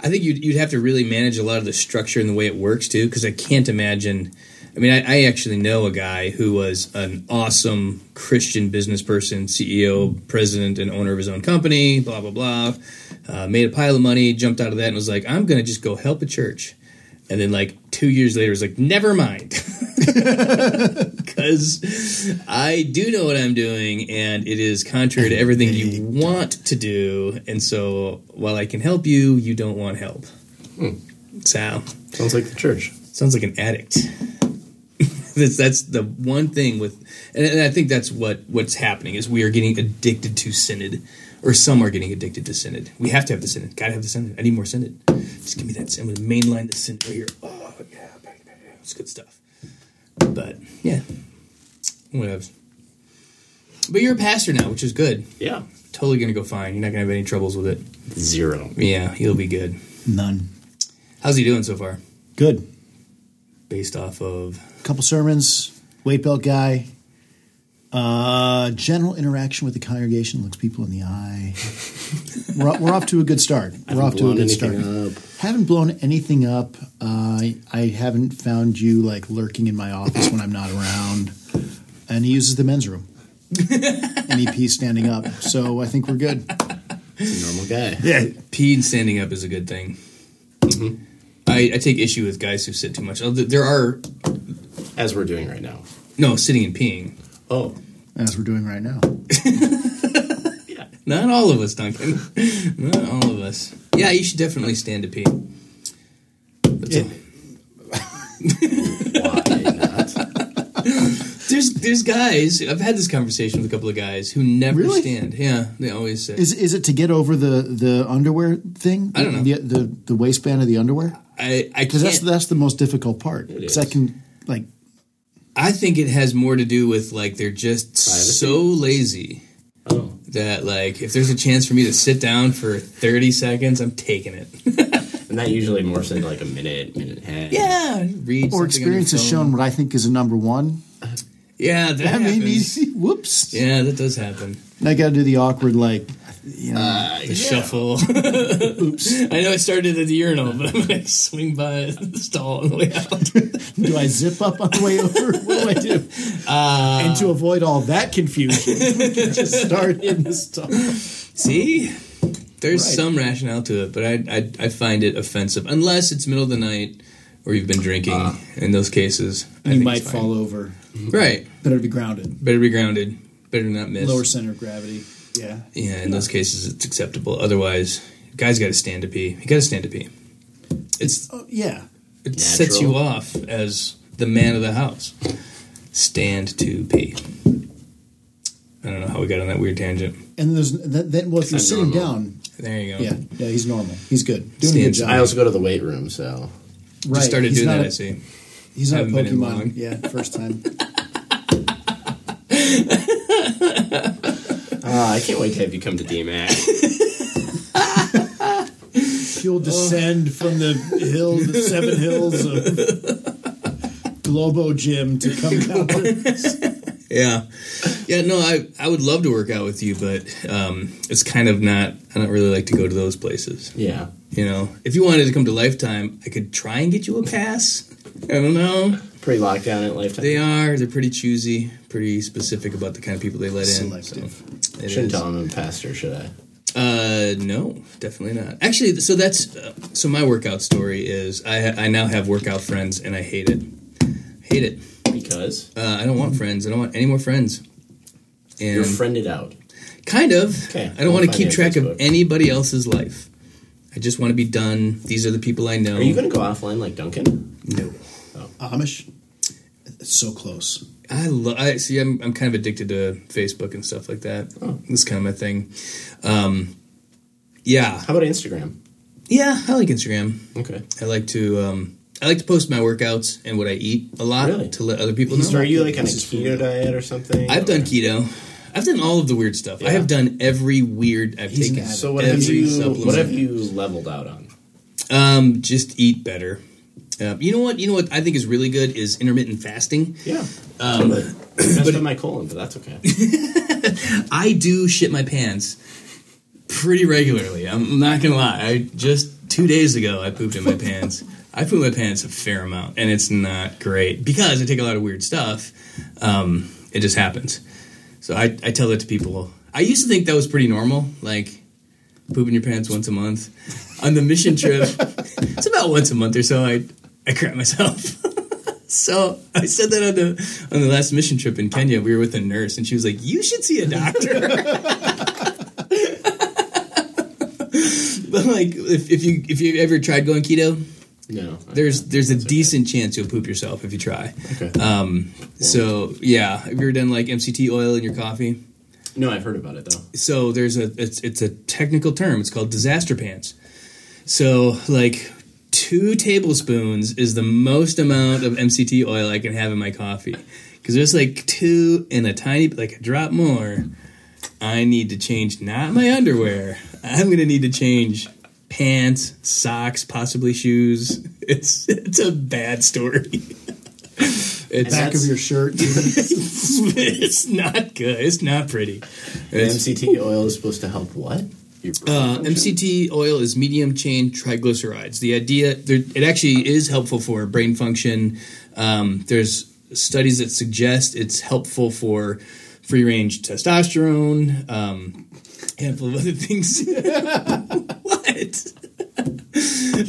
A: I think you'd, you'd have to really manage a lot of the structure and the way it works too, because I can't imagine. I mean, I, I actually know a guy who was an awesome Christian business person, CEO, president, and owner of his own company, blah, blah, blah. Uh, made a pile of money, jumped out of that, and was like, I'm going to just go help a church. And then, like, two years later, was like, never mind. Because I do know what I'm doing, and it is contrary to everything you want to do. And so, while I can help you, you don't want help. So,
D: Sounds like the church.
A: sounds like an addict. that's, that's the one thing with, and, and I think that's what what's happening is we are getting addicted to synod, or some are getting addicted to synod. We have to have the synod. Gotta have the synod. I need more synod. Just give me that. synod. I'm gonna mainline the synod right here. Oh yeah, it's good stuff. But yeah, whatever. But you're a pastor now, which is good.
D: Yeah.
A: Totally gonna go fine. You're not gonna have any troubles with it.
D: Zero.
A: Yeah, you'll be good.
C: none
A: How's he doing so far?
C: good
A: Based off of
C: couple sermons weight belt guy Uh, general interaction with the congregation looks people in the eye. we're, we're off to a good start. We're off to a
D: blown
C: good start.
D: anything up.
C: Haven't blown anything up. Uh, I haven't found you like lurking in my office when I'm not around. And he uses the men's room. MEP standing up. So I think we're good.
D: He's a normal guy.
C: Yeah.
A: peeing standing up is a good thing.
C: Mm-hmm.
A: I, I take issue with guys who sit too much. Oh, th- There are
D: As we're doing right now.
A: no sitting and peeing.
D: Oh,
C: As we're doing right now.
A: Not all of us, Duncan. Not all of us. Yeah, you should definitely stand to pee. That's all.
D: why not?
A: There's there's guys. I've had this conversation with a couple of guys who never
C: Really?
A: stand. Yeah, they always sit.
C: Is is it to get over the the underwear thing?
A: I don't know.
C: The the, the waistband of the underwear
A: I I
C: because that's
A: can't-
C: that's the most difficult part.
D: It
C: Because I
D: is.
C: can like
A: I think it has more to do with like they're just so lazy
D: Oh.
A: that like if there's a chance for me to sit down for 30 seconds, I'm taking it.
D: And that usually morphs into like a minute, minute and a half.
A: Yeah, read
C: or
A: something on your
C: experience has
A: phone.
C: shown what I think is a number one.
A: Yeah, that,
C: That made me
A: happens.
C: see. Whoops.
A: Yeah, that does happen.
C: And I got to do the awkward like, you know,
A: The shuffle. Oops. I know it started at the urinal, but I'm gonna swing by the stall on the way out.
C: do I zip up on the way over? What do I do?
A: Uh.
C: and to avoid all that confusion, just start in the stall.
A: See, there's
C: Right.
A: some rationale to it, but I, I I find it offensive unless it's middle of the night or you've been drinking. in those cases, I
C: Ah. You
A: think
C: might
A: it's fine.
C: fall over.
A: Right,
C: Better be grounded.
A: better be grounded. Better not miss.
C: Lower center of gravity. Yeah.
A: Yeah, in those cases, it's acceptable. Otherwise, guys got to stand to pee. You got to stand to pee. It's
C: Oh, yeah.
A: it sets
D: Natural.
A: you off as the man of the house. Stand to pee. I don't know how we got on that weird tangent.
C: And there's then, then well, if you're
D: Kinda
C: sitting
D: normal.
C: down,
A: There you go.
C: Yeah, yeah, he's normal. He's good. Doing a good
A: Stands-
C: job.
D: I also go to the weight room, so
C: right.
A: Just started
C: he's
A: doing
C: not
A: that. I
C: a-
A: see.
C: He's not a
A: Haven't been in long.
C: Pokemon. Yeah, first time.
D: Ah, I can't wait to have you come to DMAC.
C: He'll descend from the hill, the seven hills of Globo Gym to come down.
A: Yeah, yeah. No, I I would love to work out with you, but um, it's kind of not. I don't really like to go to those places.
D: yeah.
A: You know, if you wanted to come to Lifetime, I could try and get you a pass. I don't know.
D: Pretty locked down at Lifetime.
A: They are. They're pretty choosy, pretty specific about the kind of people they let in. so
C: Selective.
A: it is.
D: Shouldn't tell him I'm a pastor, should I?
A: Uh, no, definitely not. Actually, so that's uh, so my workout story is I I now have workout friends and I hate it, hate it.
D: Because
A: Uh, I don't want friends. I don't want any more friends. And
D: you're friended out.
A: kind of.
D: Okay,
A: I don't want to
D: I'll find
A: keep
D: you on
A: track
D: Facebook.
A: of anybody else's life. I just want to be done. These are the people I know.
D: Are you going to go offline like Duncan?
A: No.
C: Amish. It's so close.
A: I love. I see. I'm I'm kind of addicted to Facebook and stuff like that.
D: Oh.
A: That's kind of my thing. Um, yeah,
D: How about Instagram?
A: yeah. I like Instagram.
D: Okay.
A: I like to um, I like to post my workouts and what I eat a lot
D: Really?
A: to let other people
D: So
A: know.
D: are you like on a
C: This is food.
D: keto diet or something?
A: I've done
D: Or-
A: keto. I've done all of the weird stuff. I
D: Yeah.
A: have done every weird. I've
C: He's an
A: taken
C: addict.
D: So what
A: every
D: have you?
A: supplement.
D: What have you leveled out on?
A: Um, just eat better. Uh, you know what? You know what I think is really good is intermittent fasting.
D: Yeah. Um, but my colon, but that's okay.
A: I do shit my pants pretty regularly. I'm not gonna lie. I just two days ago I pooped in my pants. I poop my pants a fair amount, and it's not great because I take a lot of weird stuff. Um, it just happens. So I, I tell that to people. I used to think that was pretty normal, like pooping your pants once a month. On the mission trip, it's about once a month or so. I I crap myself. So I said that on the on the last mission trip in Kenya. We were with a nurse, and she was like, "You should see a doctor." but like, if, if you if you ever tried going keto,
D: No.
A: there's there's a decent chance you'll poop yourself if you try.
D: Okay.
A: Um, so yeah, have you ever done like MCT oil in your coffee?
D: no, I've heard about it though.
A: so there's a it's it's a technical term. It's called disaster pants. So like two tablespoons is the most amount of MCT oil I can have in my coffee because there's like two and a tiny like a drop more. I need to change not my underwear. I'm gonna need to change pants, socks, possibly shoes. It's it's a bad story. It's
C: back of
D: that's-
C: your shirt.
A: it's not good. It's not pretty.
D: And
A: It's-
D: MCT oil is supposed to help what? Your
A: Uh, MCT oil is medium chain triglycerides. The idea, there, it actually is helpful for brain function. Um, there's studies that suggest it's helpful for free range testosterone, um, handful of other things. what?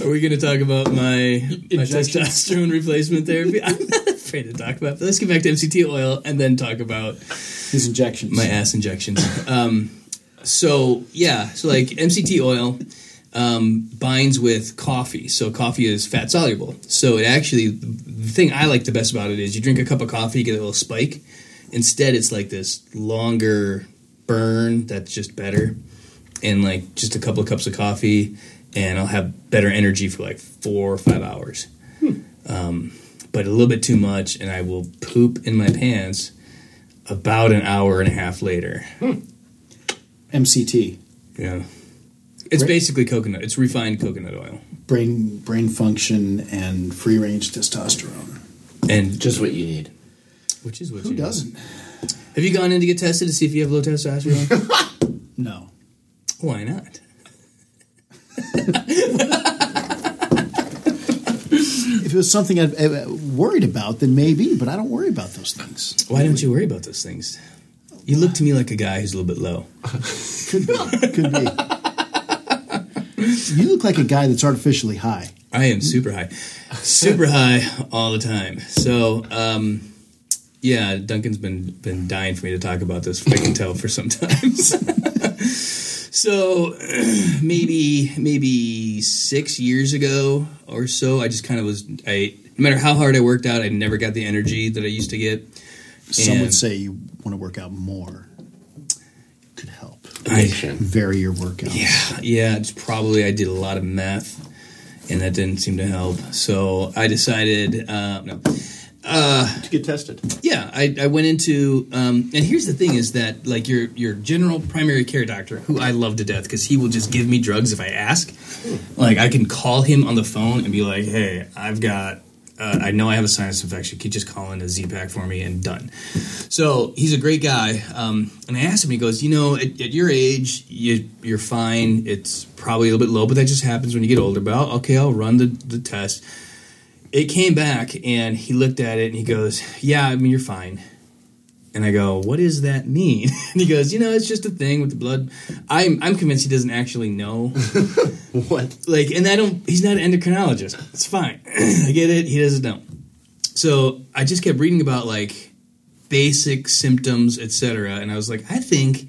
A: Are we going to talk about my, my
C: Injection.
A: testosterone replacement therapy? I'm not afraid to talk about. But let's get back to MCT oil and then talk about
C: His injections.
A: my ass injections. Um, so yeah, so like MCT oil um, binds with coffee, so coffee is fat soluble. So it actually, the thing I like the best about it is you drink a cup of coffee, you get a little spike. Instead, it's like this longer burn that's just better, and like just a couple of cups of coffee, and I'll have better energy for like four or five hours. Um, but a little bit too much, and I will poop in my pants about an hour and a half later.
C: MCT,
A: Yeah. It's
C: Right.
A: basically coconut. It's refined coconut oil.
C: brain brain function and free range testosterone.
A: And
D: just what you need.
A: which is what
C: Who
A: you
C: doesn't?
A: Have you gone in to get tested to see if you have low testosterone?
C: No.
A: Why not?
C: If it was something I've, i worried about, then maybe. But I don't worry about those things.
A: Why don't you worry about those things? You look to me like a guy who's a little bit low.
C: Could be. Could be. You look like a guy that's artificially high.
A: I am super high, super high all the time. So, um, yeah, Duncan's been been dying for me to talk about this. I can tell for some time. so, maybe maybe six years ago or so, I just kind of was. I no matter how hard I worked out, I never got the energy that I used to get.
C: Some
A: And
C: would say you want to work out more. Could help
A: I,
C: vary your workout.
A: Yeah, yeah, it's probably I did a lot of meth, and that didn't seem to help. So I decided, uh, no,
D: To get tested.
A: yeah, I, I went into, um, and here's the thing: is that like your your general primary care doctor, who I love to death, because he will just give me drugs if I ask. Like I can call him on the phone and be like, "Hey, I've got, uh, I know I have a sinus infection. Could you just call in a Z pack for me?" And done. So he's a great guy, um, and I asked him. He goes, "You know, at, at your age, you, you're fine. It's probably a little bit low, but that just happens when you get older. But I'll, okay, I'll run the, the test." it came back and he looked at it and he goes, Yeah, I mean, you're fine. And I go, What does that mean? And he goes, You know, it's just a thing with the blood. I'm, I'm convinced he doesn't actually know.
D: What?
A: like, and I don't, he's not an endocrinologist. It's fine. I get it. He doesn't know. So I just kept reading about like basic symptoms, etc. And I was like, I think.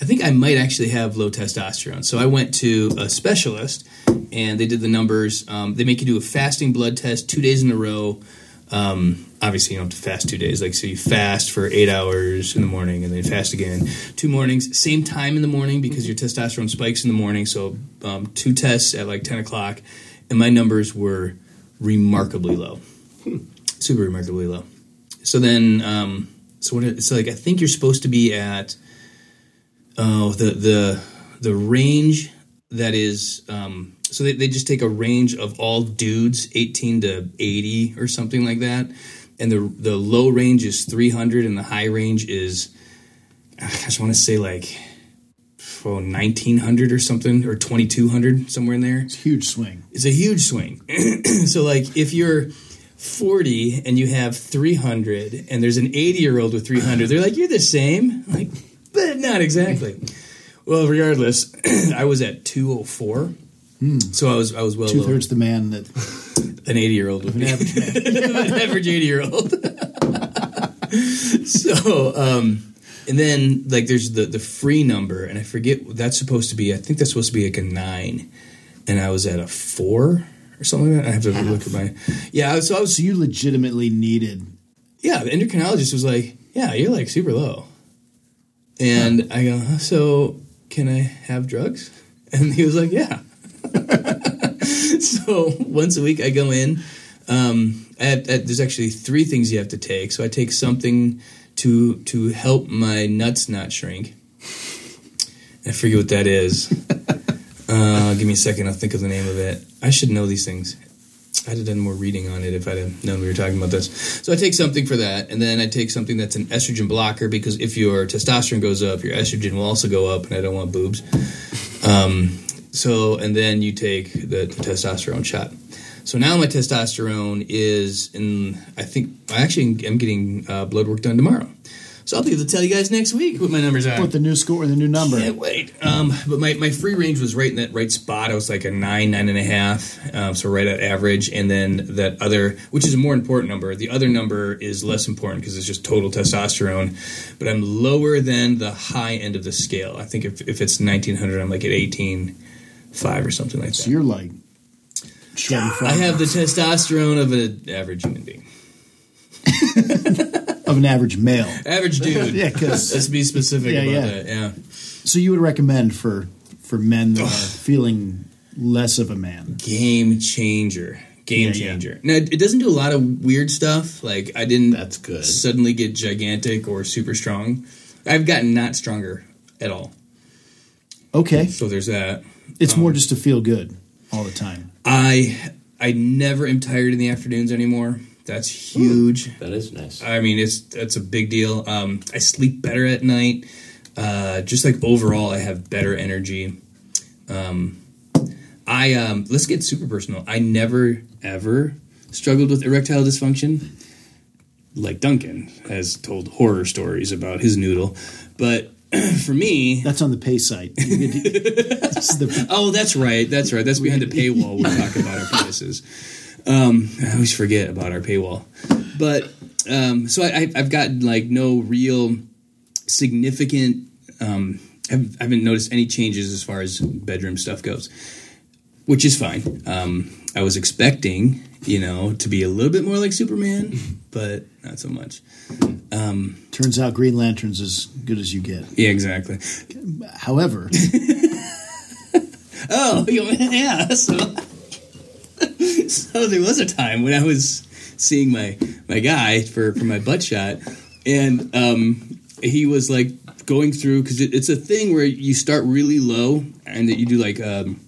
A: I think I might actually have low testosterone. So I went to a specialist, and they did the numbers. Um, they make you do a fasting blood test two days in a row. Um, obviously, you don't have to fast two days. Like, so you fast for eight hours in the morning, and then fast again two mornings, same time in the morning because your testosterone spikes in the morning. So um, two tests at like ten o'clock, and my numbers were remarkably low, super remarkably low. So then, um, so what? It's like I think you're supposed to be at oh the the the range that is um so they, they just take a range of all dudes 18 to 80 or something like that and the the low range is 300 and the high range is i just want to say like oh, 1900 or something or 2200 somewhere in there
C: Huge swing.
A: it's a huge swing. so like if you're 40 and you have 300 and there's an 80 year old with 300, they're like you're the same. I'm like but not exactly. well, regardless, I was at 204. So I was I was well
C: Two
A: lower
C: thirds the man that
A: an 80 year old with an average an average 80 year old. so, um, and then like there's the, the free number, and I forget that's supposed to be, I think that's supposed to be like a nine, and I was at a four or something like that. I have to look at my, yeah, I was- so I was,
C: you legitimately needed.
A: yeah, the endocrinologist was like, yeah, you're like super low. And I go, "Huh, so can I have drugs? And he was like, yeah. so once a week I go in. Um, I have, I, there's actually three things you have to take. So I take something to to help my nuts not shrink. I forget what that is. uh, give me a second. I'll think of the name of it. I should know these things. I'd have done more reading on it if I'd have known we were talking about this. So I take something for that, and then I take something that's an estrogen blocker because if your testosterone goes up, your estrogen will also go up, and I don't want boobs. Um, so, and then you take the, the testosterone shot. So now my testosterone is in, I think, I actually am getting uh, blood work done tomorrow. So I'll be able to tell you guys next week what my numbers are.
C: With the new score and the new number.
A: Yeah, wait. Um, but my, my free range was right in that right spot. I was like a nine, nine and a half, um, so right at average. And then that other, which is a more important number. The other number is less important because it's just total testosterone. But I'm lower than the high end of the scale. I think if, if it's 1900, I'm like at 18, five or something like
C: So
A: that.
C: you're like, shredded
A: I
C: from
A: have the testosterone of an average human being,
C: of an average male.
A: average dude.
C: Yeah, 'cause-
A: let's be specific
C: Yeah,
A: about
C: yeah.
A: that. Yeah.
C: So you would recommend for for men that are feeling less of a man.
A: game changer game
C: Yeah, yeah.
A: changer now it it doesn't do a lot of weird stuff like i didn't
D: That's good.
A: suddenly get gigantic or super strong i've gotten not stronger at all
C: Okay,
A: so there's that
C: it's
A: Um,
C: more just to feel good all the time.
A: i i never am tired in the afternoons anymore that's huge
D: That is nice.
A: I mean, it's that's a big deal. Um, I sleep better at night. Uh, just like overall, I have better energy. Um, I um, let's get super personal. I never ever struggled with erectile dysfunction, like Duncan has told horror stories about his noodle. But for me,
C: That's on the pay site. You get to- this is the-
A: Oh, that's right. That's right. That's behind the paywall. We talk about our penises. Um, I always forget about our paywall. But um, so I, I- I've gotten like no real significant. Um, I've, I haven't noticed any changes as far as bedroom stuff goes, which is fine. Um, I was expecting, you know, to be a little bit more like Superman, but not so much.
C: turns out Green Lantern's as good as you get.
A: Yeah, exactly.
C: However,
A: Oh, yeah. So, so there was a time when I was seeing my my guy for for my butt shot, and um, he was like going through because it, it's a thing where you start really low and that you do like. Um,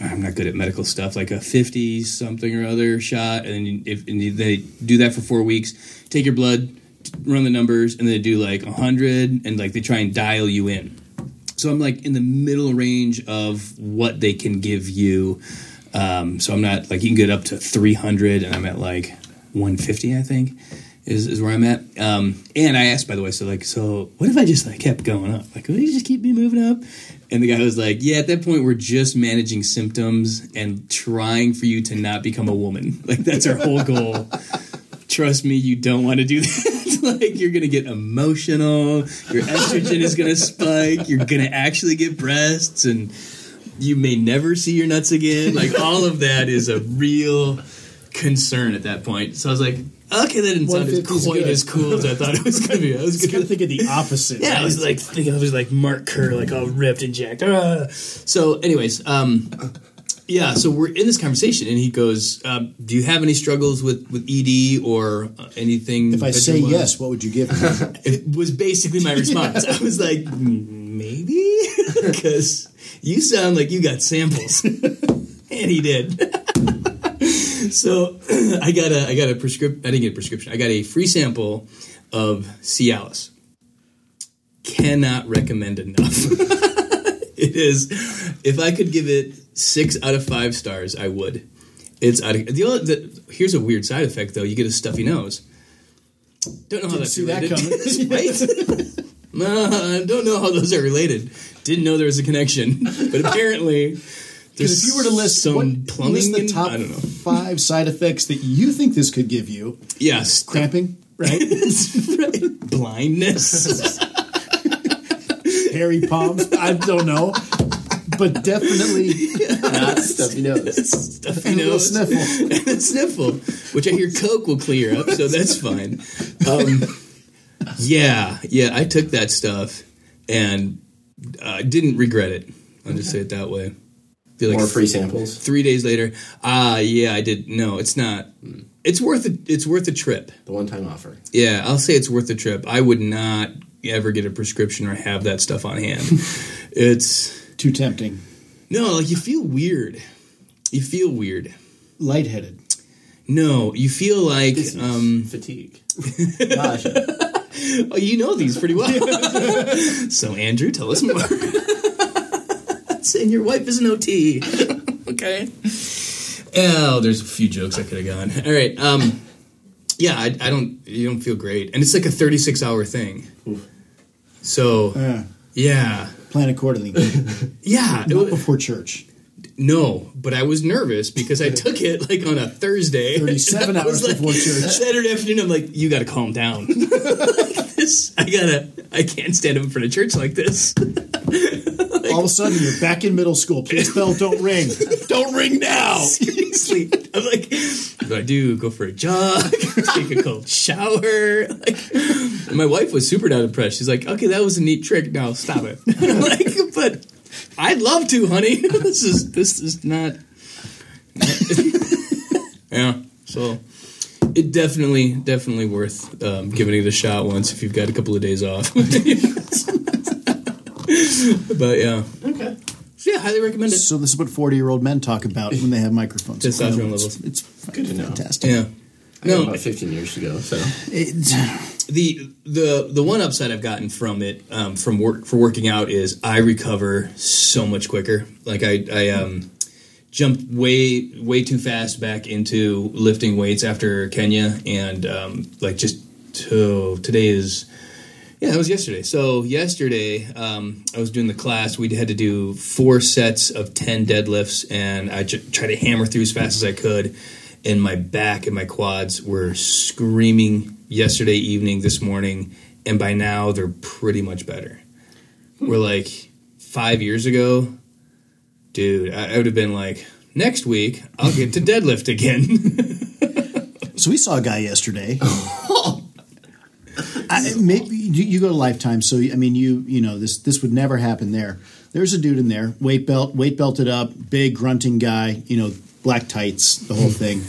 A: I'm not good at medical stuff, like a 50 something or other shot, and then you, if and you, they do that for four weeks, take your blood, run the numbers, and they do like 100, and like they try and dial you in so I'm like in the middle range of what they can give you. Um, so I'm not like you can get up to 300, and I'm at like 150, I think, is, is where I'm at. Um, and I asked, by the way, so like, so what if I just like kept going up? Like, would you just keep me moving up? And the guy was like, yeah, at that point, we're just managing symptoms and trying for you to not become a woman. Like, that's our whole goal trust me, you don't want to do that. like you're gonna get emotional, your estrogen is gonna spike, you're gonna actually get breasts, and you may never see your nuts again. Like all of that is a real concern at that point. So I was like, okay, that didn't sound as
C: 150 is
A: quite
C: good.
A: as cool as I thought it was gonna be. I was gonna
C: think of the opposite.
A: yeah, I was like thinking I was like Mark Kerr, like all ripped and jacked. Ah. So, anyways, um, yeah, so we're in this conversation, and he goes, um, "Do you have any struggles with with ED or uh, anything?"
C: If I say
A: bedroom-wise?"
C: yes, what would you give me?
A: it was basically my response. I was like, "Mm, maybe because you sound like you got samples, and he did. so I got a I got a prescription. I didn't get a prescription. I got a free sample of Cialis. Cannot recommend enough. it is. If I could give it six out of five stars, I would. It's out of, the, only- the here's a weird side effect though. You get a stuffy nose. Don't know how that's
C: see that
A: related. right? Uh, I don't know how those are related. Didn't know there was a connection, but apparently,
C: Because
A: there's
C: if you were to list
A: some
C: what,
A: plumbing,
C: list the
A: in-
C: top
A: I don't know.
C: five side effects that you think this could give you,
A: Yes,
C: cramping, right?
A: blindness.
C: Hairy palms. I don't know, but definitely
D: Not stuffy nose.
A: Stuffy
C: a little
A: nose.
C: sniffle.
A: and a sniffle, which I hear Coke will clear up, so that's fine. Um, yeah, yeah, I took that stuff and uh, didn't regret it. I'll just say it that way. Feel
D: More free samples.
A: Three days later, ah, yeah, I did. No, it's not. It's worth it. It's worth a trip.
D: The one time offer.
A: Yeah, I'll say it's worth the trip. I would not ever get a prescription or have that stuff on hand. it's
C: Too tempting.
A: no, like you feel weird. You feel weird.
C: Lightheaded.
A: No, you feel like um,
D: fatigue. Gosh,
A: oh, you know these pretty well. so Andrew, tell us more. Saying your wife is an OT. okay. Oh, there's a few jokes I could have gone. All right. Um, yeah, I, I don't. You don't feel great, and it's like a 36 hour thing. So
C: Yeah.
A: yeah,
C: Plan accordingly. Not
A: yeah. it wa-
C: before church.
A: No, but I was nervous because I took it like on a Thursday.
C: 37
A: I was
C: hours before church.
A: Saturday afternoon, I'm like, you got to calm down. Like this, I gotta, I can't stand up in front of church like this.
C: All of a sudden, you're back in middle school. Please bell don't ring.
A: Don't ring now. Seriously, I'm like, what do I do? Go for a jog, take a cold shower. Like, and my wife was super not impressed. She's like, okay, that was a neat trick. Now stop it. I'm like, but I'd love to, honey. this is this is not. yeah. So it definitely definitely worth um, giving it a shot once if you've got a couple of days off. but yeah.
D: okay.
A: So, yeah, highly recommend it.
C: So this is what 40 year old men talk about when they have microphones.
A: Testosterone
C: It's-
A: levels.
C: It's
D: Good to know.
C: fantastic.
A: Yeah.
D: I got about 15 years ago, so
C: It-
A: the the the one upside I've gotten from it um, from work for working out is I recover so much quicker. Like I I um, jumped way way too fast back into lifting weights after Kenya and um, like just to, today is yeah that was yesterday. So yesterday um, I was doing the class. We had to do four sets of ten deadlifts, and I j- tried to hammer through as fast as I could and my back and my quads were screaming yesterday evening, this morning, and by now they're pretty much better. We're like five years ago, dude, I, I would have been like, next week I'll get to deadlift again.
C: so we saw a guy yesterday. I, maybe you, you go to Lifetime, so I mean, you you know this this would never happen there. There's a dude in there, weight belt, weight belted up, big grunting guy, you know, black tights, the whole thing.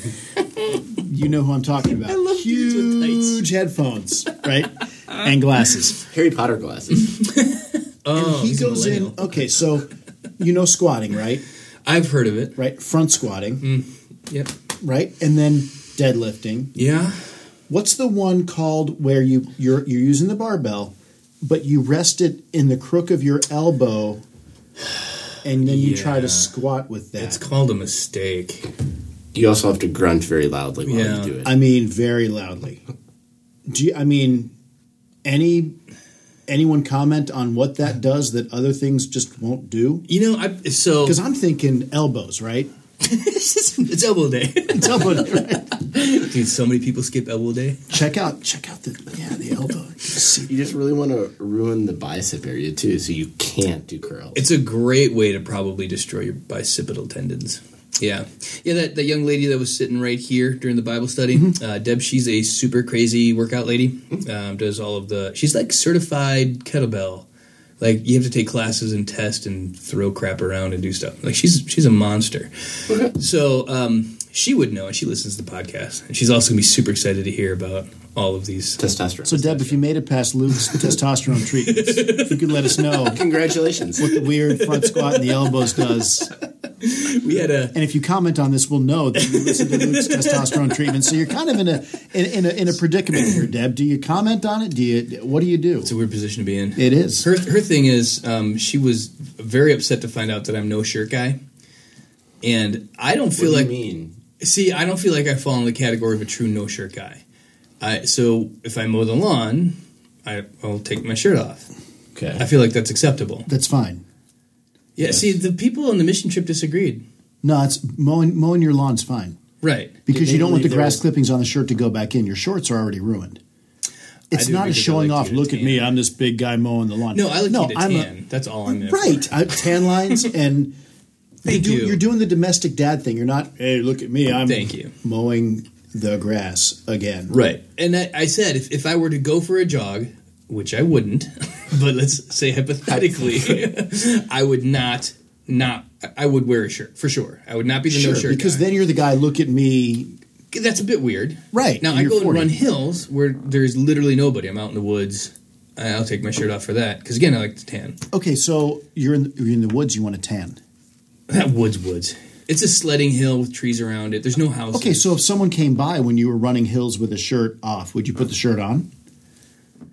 C: you know who I'm talking about.
A: love dudes with tights.
C: Huge headphones, right, and glasses.
D: Harry Potter glasses.
A: oh,
C: he
A: he's a
C: goes in.
A: millennial.
C: Okay, so you know squatting, right?
A: I've heard of it.
C: Right, front squatting,
A: Mm. Yep.
C: right, and then deadlifting.
A: Yeah.
C: What's the one called where you you're you're using the barbell, but you rest it in the crook of your elbow, and then you try
A: Yeah.
C: to squat with that.
A: It's called a mistake.
D: You also have to grunt very loudly while
A: Yeah.
D: you do it.
C: I mean, very loudly. Do you, I mean any anyone comment on what that does that other things just won't do?
A: You know, I so
C: Because I'm thinking elbows, right?
A: it's elbow day.
C: It's elbow, day, right?
A: Dude, so many people skip elbow day.
C: Check out check out the yeah the elbow. See,
D: you just really want to ruin the bicep area too, so you can't do curls.
A: It's a great way to probably destroy your bicipital tendons. Yeah, yeah. That, that young lady that was sitting right here during the Bible study, uh, Deb. She's a super crazy workout lady. Um, does all of the. She's like certified kettlebell. Like you have to take classes and test and throw crap around and do stuff. Like she's she's a monster. So um, she would know, and she listens to the podcast, and she's also gonna be super excited to hear about all of these.
D: testosterone.
C: so Deb, if you made it past Luke's testosterone treatments, if you could let us know.
D: congratulations.
C: what the weird front squat and the elbows does.
A: We had a
C: And if you comment on this, we'll know that you listen to Luke's testosterone treatment. So you're kind of in a in, in a in a predicament here, Deb. Do you comment on it? Do you what do you do?
A: it's a weird position to be in.
C: It is.
A: Her her thing is um, she was very upset to find out that I'm no shirt guy, and I don't
D: What do
A: feel
D: you
A: like
D: mean?
A: see I don't feel like I fall in the category of a true no shirt guy. I so if I mow the lawn, I, I'll take my shirt off.
D: Okay.
A: I feel like that's acceptable.
C: That's fine.
A: Yeah. See, the people on the mission trip disagreed.
C: No, it's mowing mowing your lawn's fine
A: Right.
C: because
D: Did
C: you
D: they
C: don't want the
D: leave their-
C: grass clippings on the shirt to go back in. Your shorts are already ruined. It's
A: do
C: not a
A: because I
C: showing
A: like
C: off.
A: to
C: Look at me,
A: tan."
C: I'm this big guy mowing the lawn.
A: No, I like
C: no,
A: you to
C: I'm a-
A: tan. that's all I'm in for.
C: Right, I, tan lines and
A: Thank
C: you do,
A: you.
C: You're doing the domestic dad thing. You're not. Hey, look at me. I'm
A: Thank you.
C: mowing the grass again.
A: Right. And I, I said if, if I were to go for a jog, which I wouldn't, but let's say hypothetically, I would not not I would wear a shirt for sure. I would not be the
C: Sure,
A: no shirt
C: because
A: guy.
C: then you're the guy. Look at me.
A: that's a bit weird.
C: Right,
A: Now
C: and
A: I
C: you're
A: go and
C: 40.
A: run hills where there's literally nobody. I'm out in the woods. I- I'll take my shirt off for that because again I like to tan.
C: Okay, so you're in the, you're in the woods. You want to tan.
A: That woods woods. It's a sledding hill with trees around it. There's no houses.
C: Okay, so if someone came by when you were running hills with a shirt off, would you put the shirt on?
A: Uh,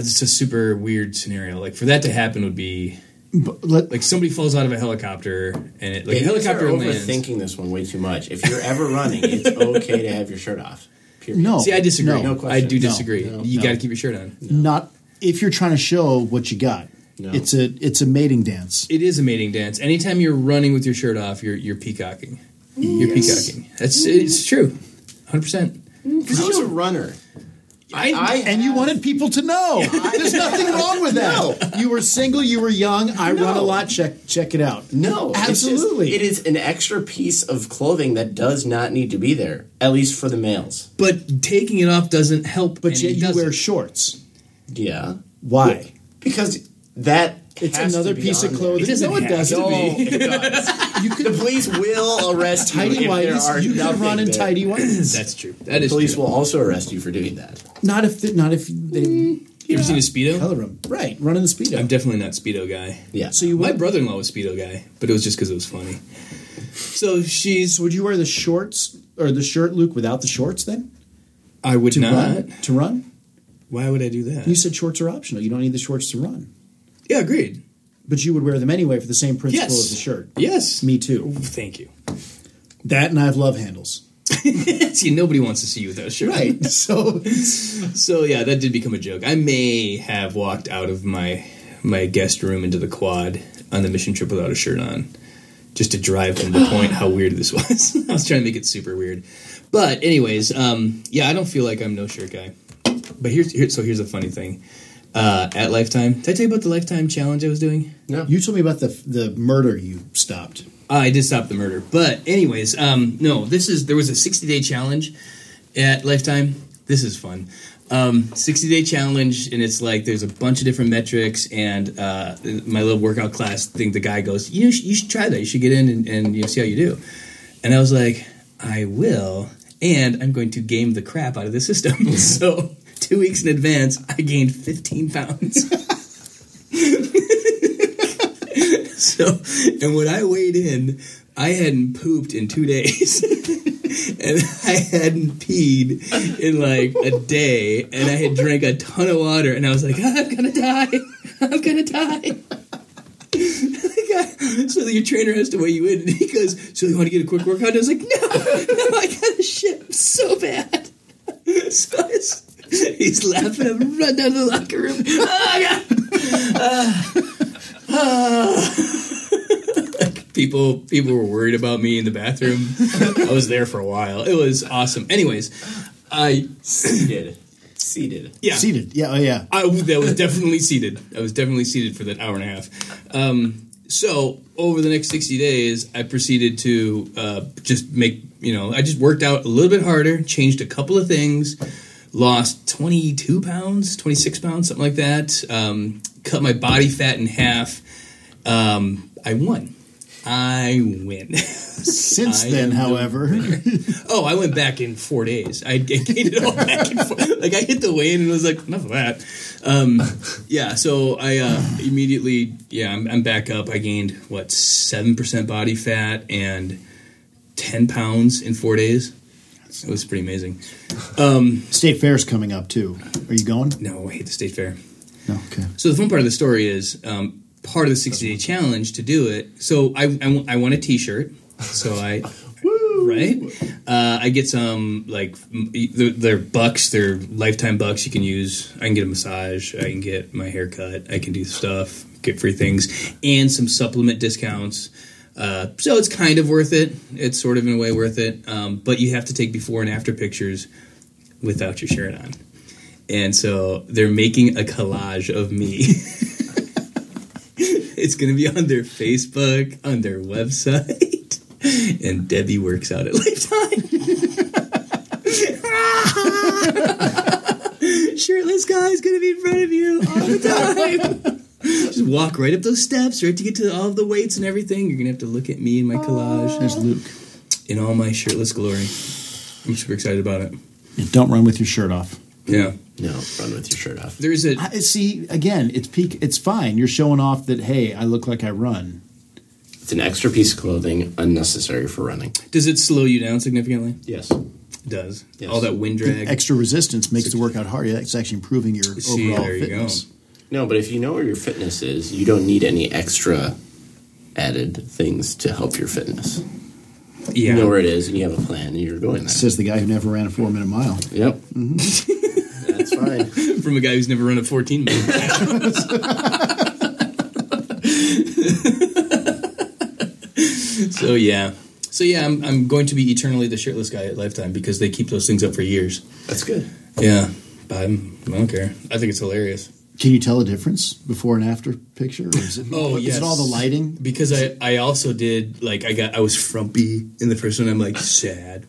A: it's a super weird scenario. Like for that to happen would be
C: But let,
A: like somebody falls out of a helicopter and it, like a
D: Babies
A: helicopter
D: are
A: lands.
D: overthinking this one way too much. If you're ever running, it's okay to have your shirt off. Period.
C: no.
A: See, I disagree.
C: No,
D: question.
A: I do
D: No,
A: disagree.
D: no,
A: you
D: no.
A: got to keep your shirt on.
C: not if you're trying to show what you got.
D: No.
C: It's a it's a mating dance.
A: It is a mating dance. Anytime you're running with your shirt off, you're you're peacocking. You're peacocking. That's it's true, hundred percent.
D: I was a runner.
A: I,
D: I
C: and you
D: have-
C: wanted people to know. There's nothing wrong with that. You were single. You were young. I run a
D: No.
C: lot. Check check it out.
D: No, it's just-
C: absolutely.
D: it is an extra piece of clothing that does not need to be there, at least for the males.
A: but taking it off doesn't help.
C: But
A: and
C: yet
A: it
C: you
A: doesn't.
C: wear shorts.
D: Yeah,
C: Why?
D: because that
C: It's
D: has to
C: another
D: be
C: piece of
D: on there.
C: clothing.
A: It doesn't
C: no, it
A: have
C: doesn't.
A: to
D: No, it does.
C: You
D: the
C: could
D: police will arrest you
C: tidy
D: if there are
C: whities. You could
D: nothing
C: run in
D: there.
C: tidy whities.
A: That's true. That is
D: Police
A: true.
D: will also arrest you for doing that.
C: Not if the, not if they
D: Mm.
A: You ever seen a speedo?
C: color them right. Running the speedo.
A: I'm definitely not speedo guy.
D: Yeah.
C: so you
A: My
C: would
A: brother-in-law was speedo guy, but it was just because it was funny. So she's.
C: would you wear the shorts or the shirt, Luke, without the shorts then
A: I would
C: to
A: not.
C: run to run?
A: Why would I do that?
C: You said shorts are optional. You don't need the shorts to run,
A: yeah, agreed.
C: but you would wear them anyway for the same principle
A: Yes.
C: as the shirt.
A: Yes.
C: Me too.
A: Thank you.
C: That and I have love handles.
A: See, nobody wants to see you without a shirt.
C: Right. So
A: So yeah, that did become a joke. I may have walked out of my my guest room into the quad on the mission trip without a shirt on, just to drive home the point how weird this was. I was trying to make it super weird, but anyways, um, yeah, I don't feel like I'm no shirt guy. But here's here, so here's a funny thing. Uh, at Lifetime, did I tell you about the Lifetime challenge I was doing?
C: you told me about the the murder you stopped.
A: Uh, I did stop the murder. But anyways, um, no, this is there was a 60 day challenge at Lifetime. This is fun. Um, 60 day challenge, and it's like there's a bunch of different metrics. And uh, my little workout class thing, the guy goes, you know, you should try that. You should get in and, and you know, see how you do. And I was like, I will, and I'm going to game the crap out of the system. so two weeks in advance, I gained 15 pounds. So, and when I weighed in, I hadn't pooped in two days. and I hadn't peed in like a day. And I had drank a ton of water. And I was like, I'm going to die. I'm going to die. uh, So your trainer has to weigh you in, and he goes, "So you want to get a quick workout?" And I was like, "No, no, I got to shit so bad." So it's- he's laughing. I'm run down to the locker room. Oh god! people people were worried about me in the bathroom. I was there for a while. It was awesome. Anyways, I
D: seated, seated.
A: yeah
C: Seated. Yeah. Oh yeah.
A: I that was definitely seated. I was definitely seated for that hour and a half. Um, so over the next sixty days, I proceeded to uh, just make you know I just worked out a little bit harder, changed a couple of things, lost twenty two pounds, twenty six pounds, something like that. Um, cut my body fat in half. Um, I won. I win.
C: Since
A: I
C: then,
A: am
C: however,
A: Oh, I went back in four days. I gained it all back in four. Like I hit the weigh-in and was like, enough of that. Um, yeah, so I uh, immediately, yeah, I'm, I'm back up. I gained what seven percent body fat and ten pounds in four days. It was pretty amazing.
C: state fair's coming up too. Are you going?
A: No, I hate the state fair.
C: No. Okay.
A: So the fun part of the story is um, part of the 60 day challenge to do it. So I, I, w- I want a T-shirt. So I. Right, uh, I get some like m- e, they're, they're bucks, they're lifetime bucks. You can use. I can get a massage. I can get my hair cut. I can do stuff, get free things, and some supplement discounts. Uh, so it's kind of worth it. It's sort of in a way worth it. Um, but you have to take before and after pictures without your shirt on. And so they're making a collage of me. it's going to be on their Facebook, on their website. And Debbie works out at Lifetime. Shirtless guy is going to be in front of you all the time. Just walk right up those steps, right to get to all the weights and everything. You're going to have to look at me in my collage
C: There's Luke.
A: in all my shirtless glory. I'm super excited about it.
C: And don't run with your shirt off.
A: Yeah.
D: No, run with your shirt off.
A: There's a.
C: I, see, again, it's peak. It's fine. You're showing off that hey, I look like I run.
D: It's an extra piece of clothing unnecessary for running.
A: Does it slow you down significantly?
D: Yes.
A: It does.
D: Yes.
A: All that wind drag.
C: Extra resistance makes the workout harder. It's actually improving your
A: See,
C: overall
A: there you
C: fitness.
A: go.
D: No, but if you know where your fitness is, you don't need any extra added things to help your fitness.
A: Yeah.
D: You know where it is and you have a plan and you're going there.
C: Says the guy who never ran a four minute mile.
D: yep. That's fine.
A: From a guy who's never run a 14 minute. so yeah. So yeah, I'm, I'm going to be eternally the shirtless guy at Lifetime because they keep those things up for years.
D: That's good.
A: Yeah. But I'm, I don't care. I think it's hilarious.
C: Can you tell a difference before and after picture? Or is it,
A: Oh,
C: is
A: yes.
C: it all the lighting?
A: Because I, I also did like I got I was frumpy in the first one. I'm like sad,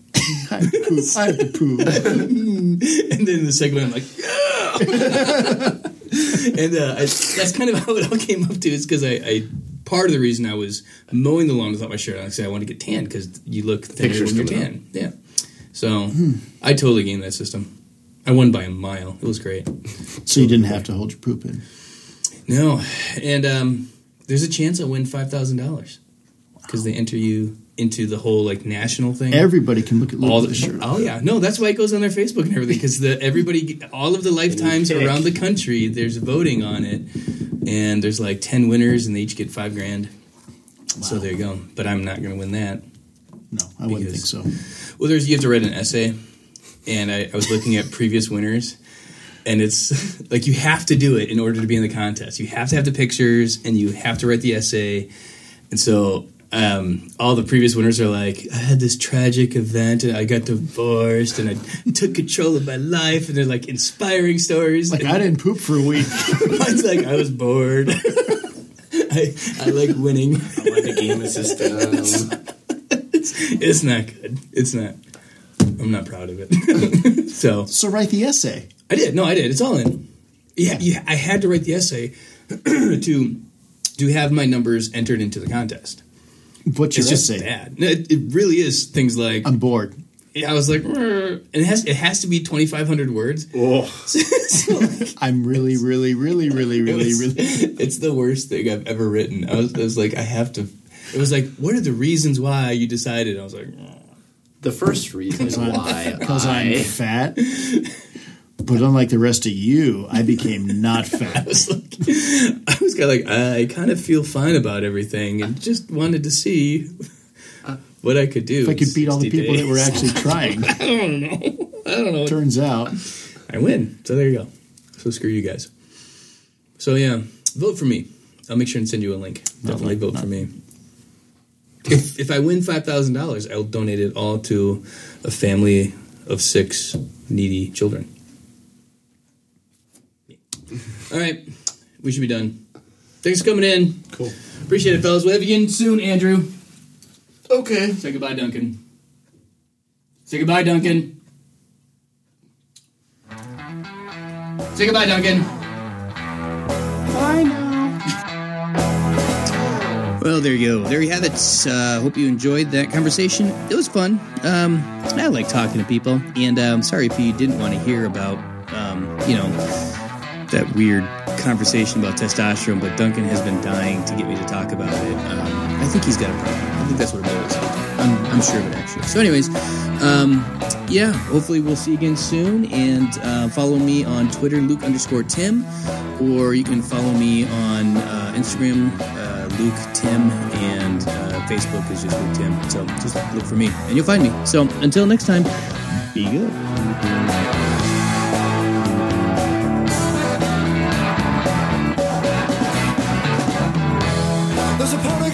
C: I have to poo. I have to poo.
A: and then the second one I'm like yeah. and uh, I, that's kind of how it all came up to is because I, I part of the reason I was mowing the lawn without my shirt on because I wanted to get tan because you look thinner
D: Pictures
A: when you're
D: coming
A: tan. Yeah, so I totally gained that system. I won by a mile. It was great.
C: So you didn't have to hold your poop in.
A: No, and um, there's a chance I win five thousand dollars because they enter you into the whole like national thing.
C: Everybody can look at look
A: all
C: at
A: the,
C: the shirt.
A: Oh yeah, no, that's why it goes on their Facebook and everything because the everybody, all of the lifetimes
D: pick.
A: around the country, there's voting on it, and there's like ten winners and they each get five grand. So there you go. But I'm not going to win that.
C: No, I wouldn't think
A: Because-
C: so.
A: Well, there's you have to write an essay, and I, I was looking at previous winners, and it's like you have to do it in order to be in the contest. You have to have the pictures, and you have to write the essay, and so. Um, all the previous winners are like, I had this tragic event, and I got divorced, and I took control of my life, and they're like inspiring stories.
C: Like
A: and
C: I didn't poop for a week.
A: mine's like, I was bored. I, I like winning.
D: I want the game system.
A: It's not good. It's not. I'm not proud of it. so
C: So write the essay.
A: I did. No, I did. It's all in. Yeah, yeah. I had to write the essay to to have my numbers entered into the contest.
C: What's your
A: It's just
C: essay?
A: bad. No, it, it really is things like
C: I'm bored.
A: I was like, "Rrr," and it has it has to be twenty five hundred words. So, like,
C: I'm really, really, really, really,
A: it
C: really,
A: was-
C: really.
A: it's the worst thing I've ever written. I was, I was like, I have to. It was like, what are the reasons why you decided? I was like, "Rrr."
D: The first reason why
C: Because I'm
D: I-
C: fat. But unlike the rest of you, I became not fat.
A: It's like- I was kind of like, I kind of feel fine about everything, and just wanted to see
C: Uh,
A: what I could do.
C: If I could beat all the people that were actually trying,
A: I don't know.
C: turns out
A: I win. So there you go. So screw you guys. So yeah, vote for me. I'll make sure and send you a link. Definitely vote for me. If, if I win five thousand dollars, I'll donate it all to a family of six needy children. All right, we should be done. Thanks for coming in.
D: Cool.
A: Appreciate it, fellas. We'll have you again soon, Andrew.
D: Okay.
A: Say goodbye, Duncan. Say goodbye, Duncan. Say goodbye, Duncan. Bye now. Well, there you go. There you have it. Uh, hope you enjoyed that conversation. It was fun. Um, I like talking to people, and um, sorry if you didn't want to hear about, um, you know, that weird conversation about testosterone. But Duncan has been dying to get me to talk about it. Um, I think he's got a problem. I think that's what it is. I'm, I'm sure of it actually. So, anyways, um, yeah. Hopefully, we'll see you again soon. And uh, follow me on Twitter, Luke underscore Tim, or you can follow me on uh, Instagram, uh, Luke Tim, and uh, Facebook is just Luke Tim. So just look for me, and you'll find me. So until next time, be good.
F: There's a part of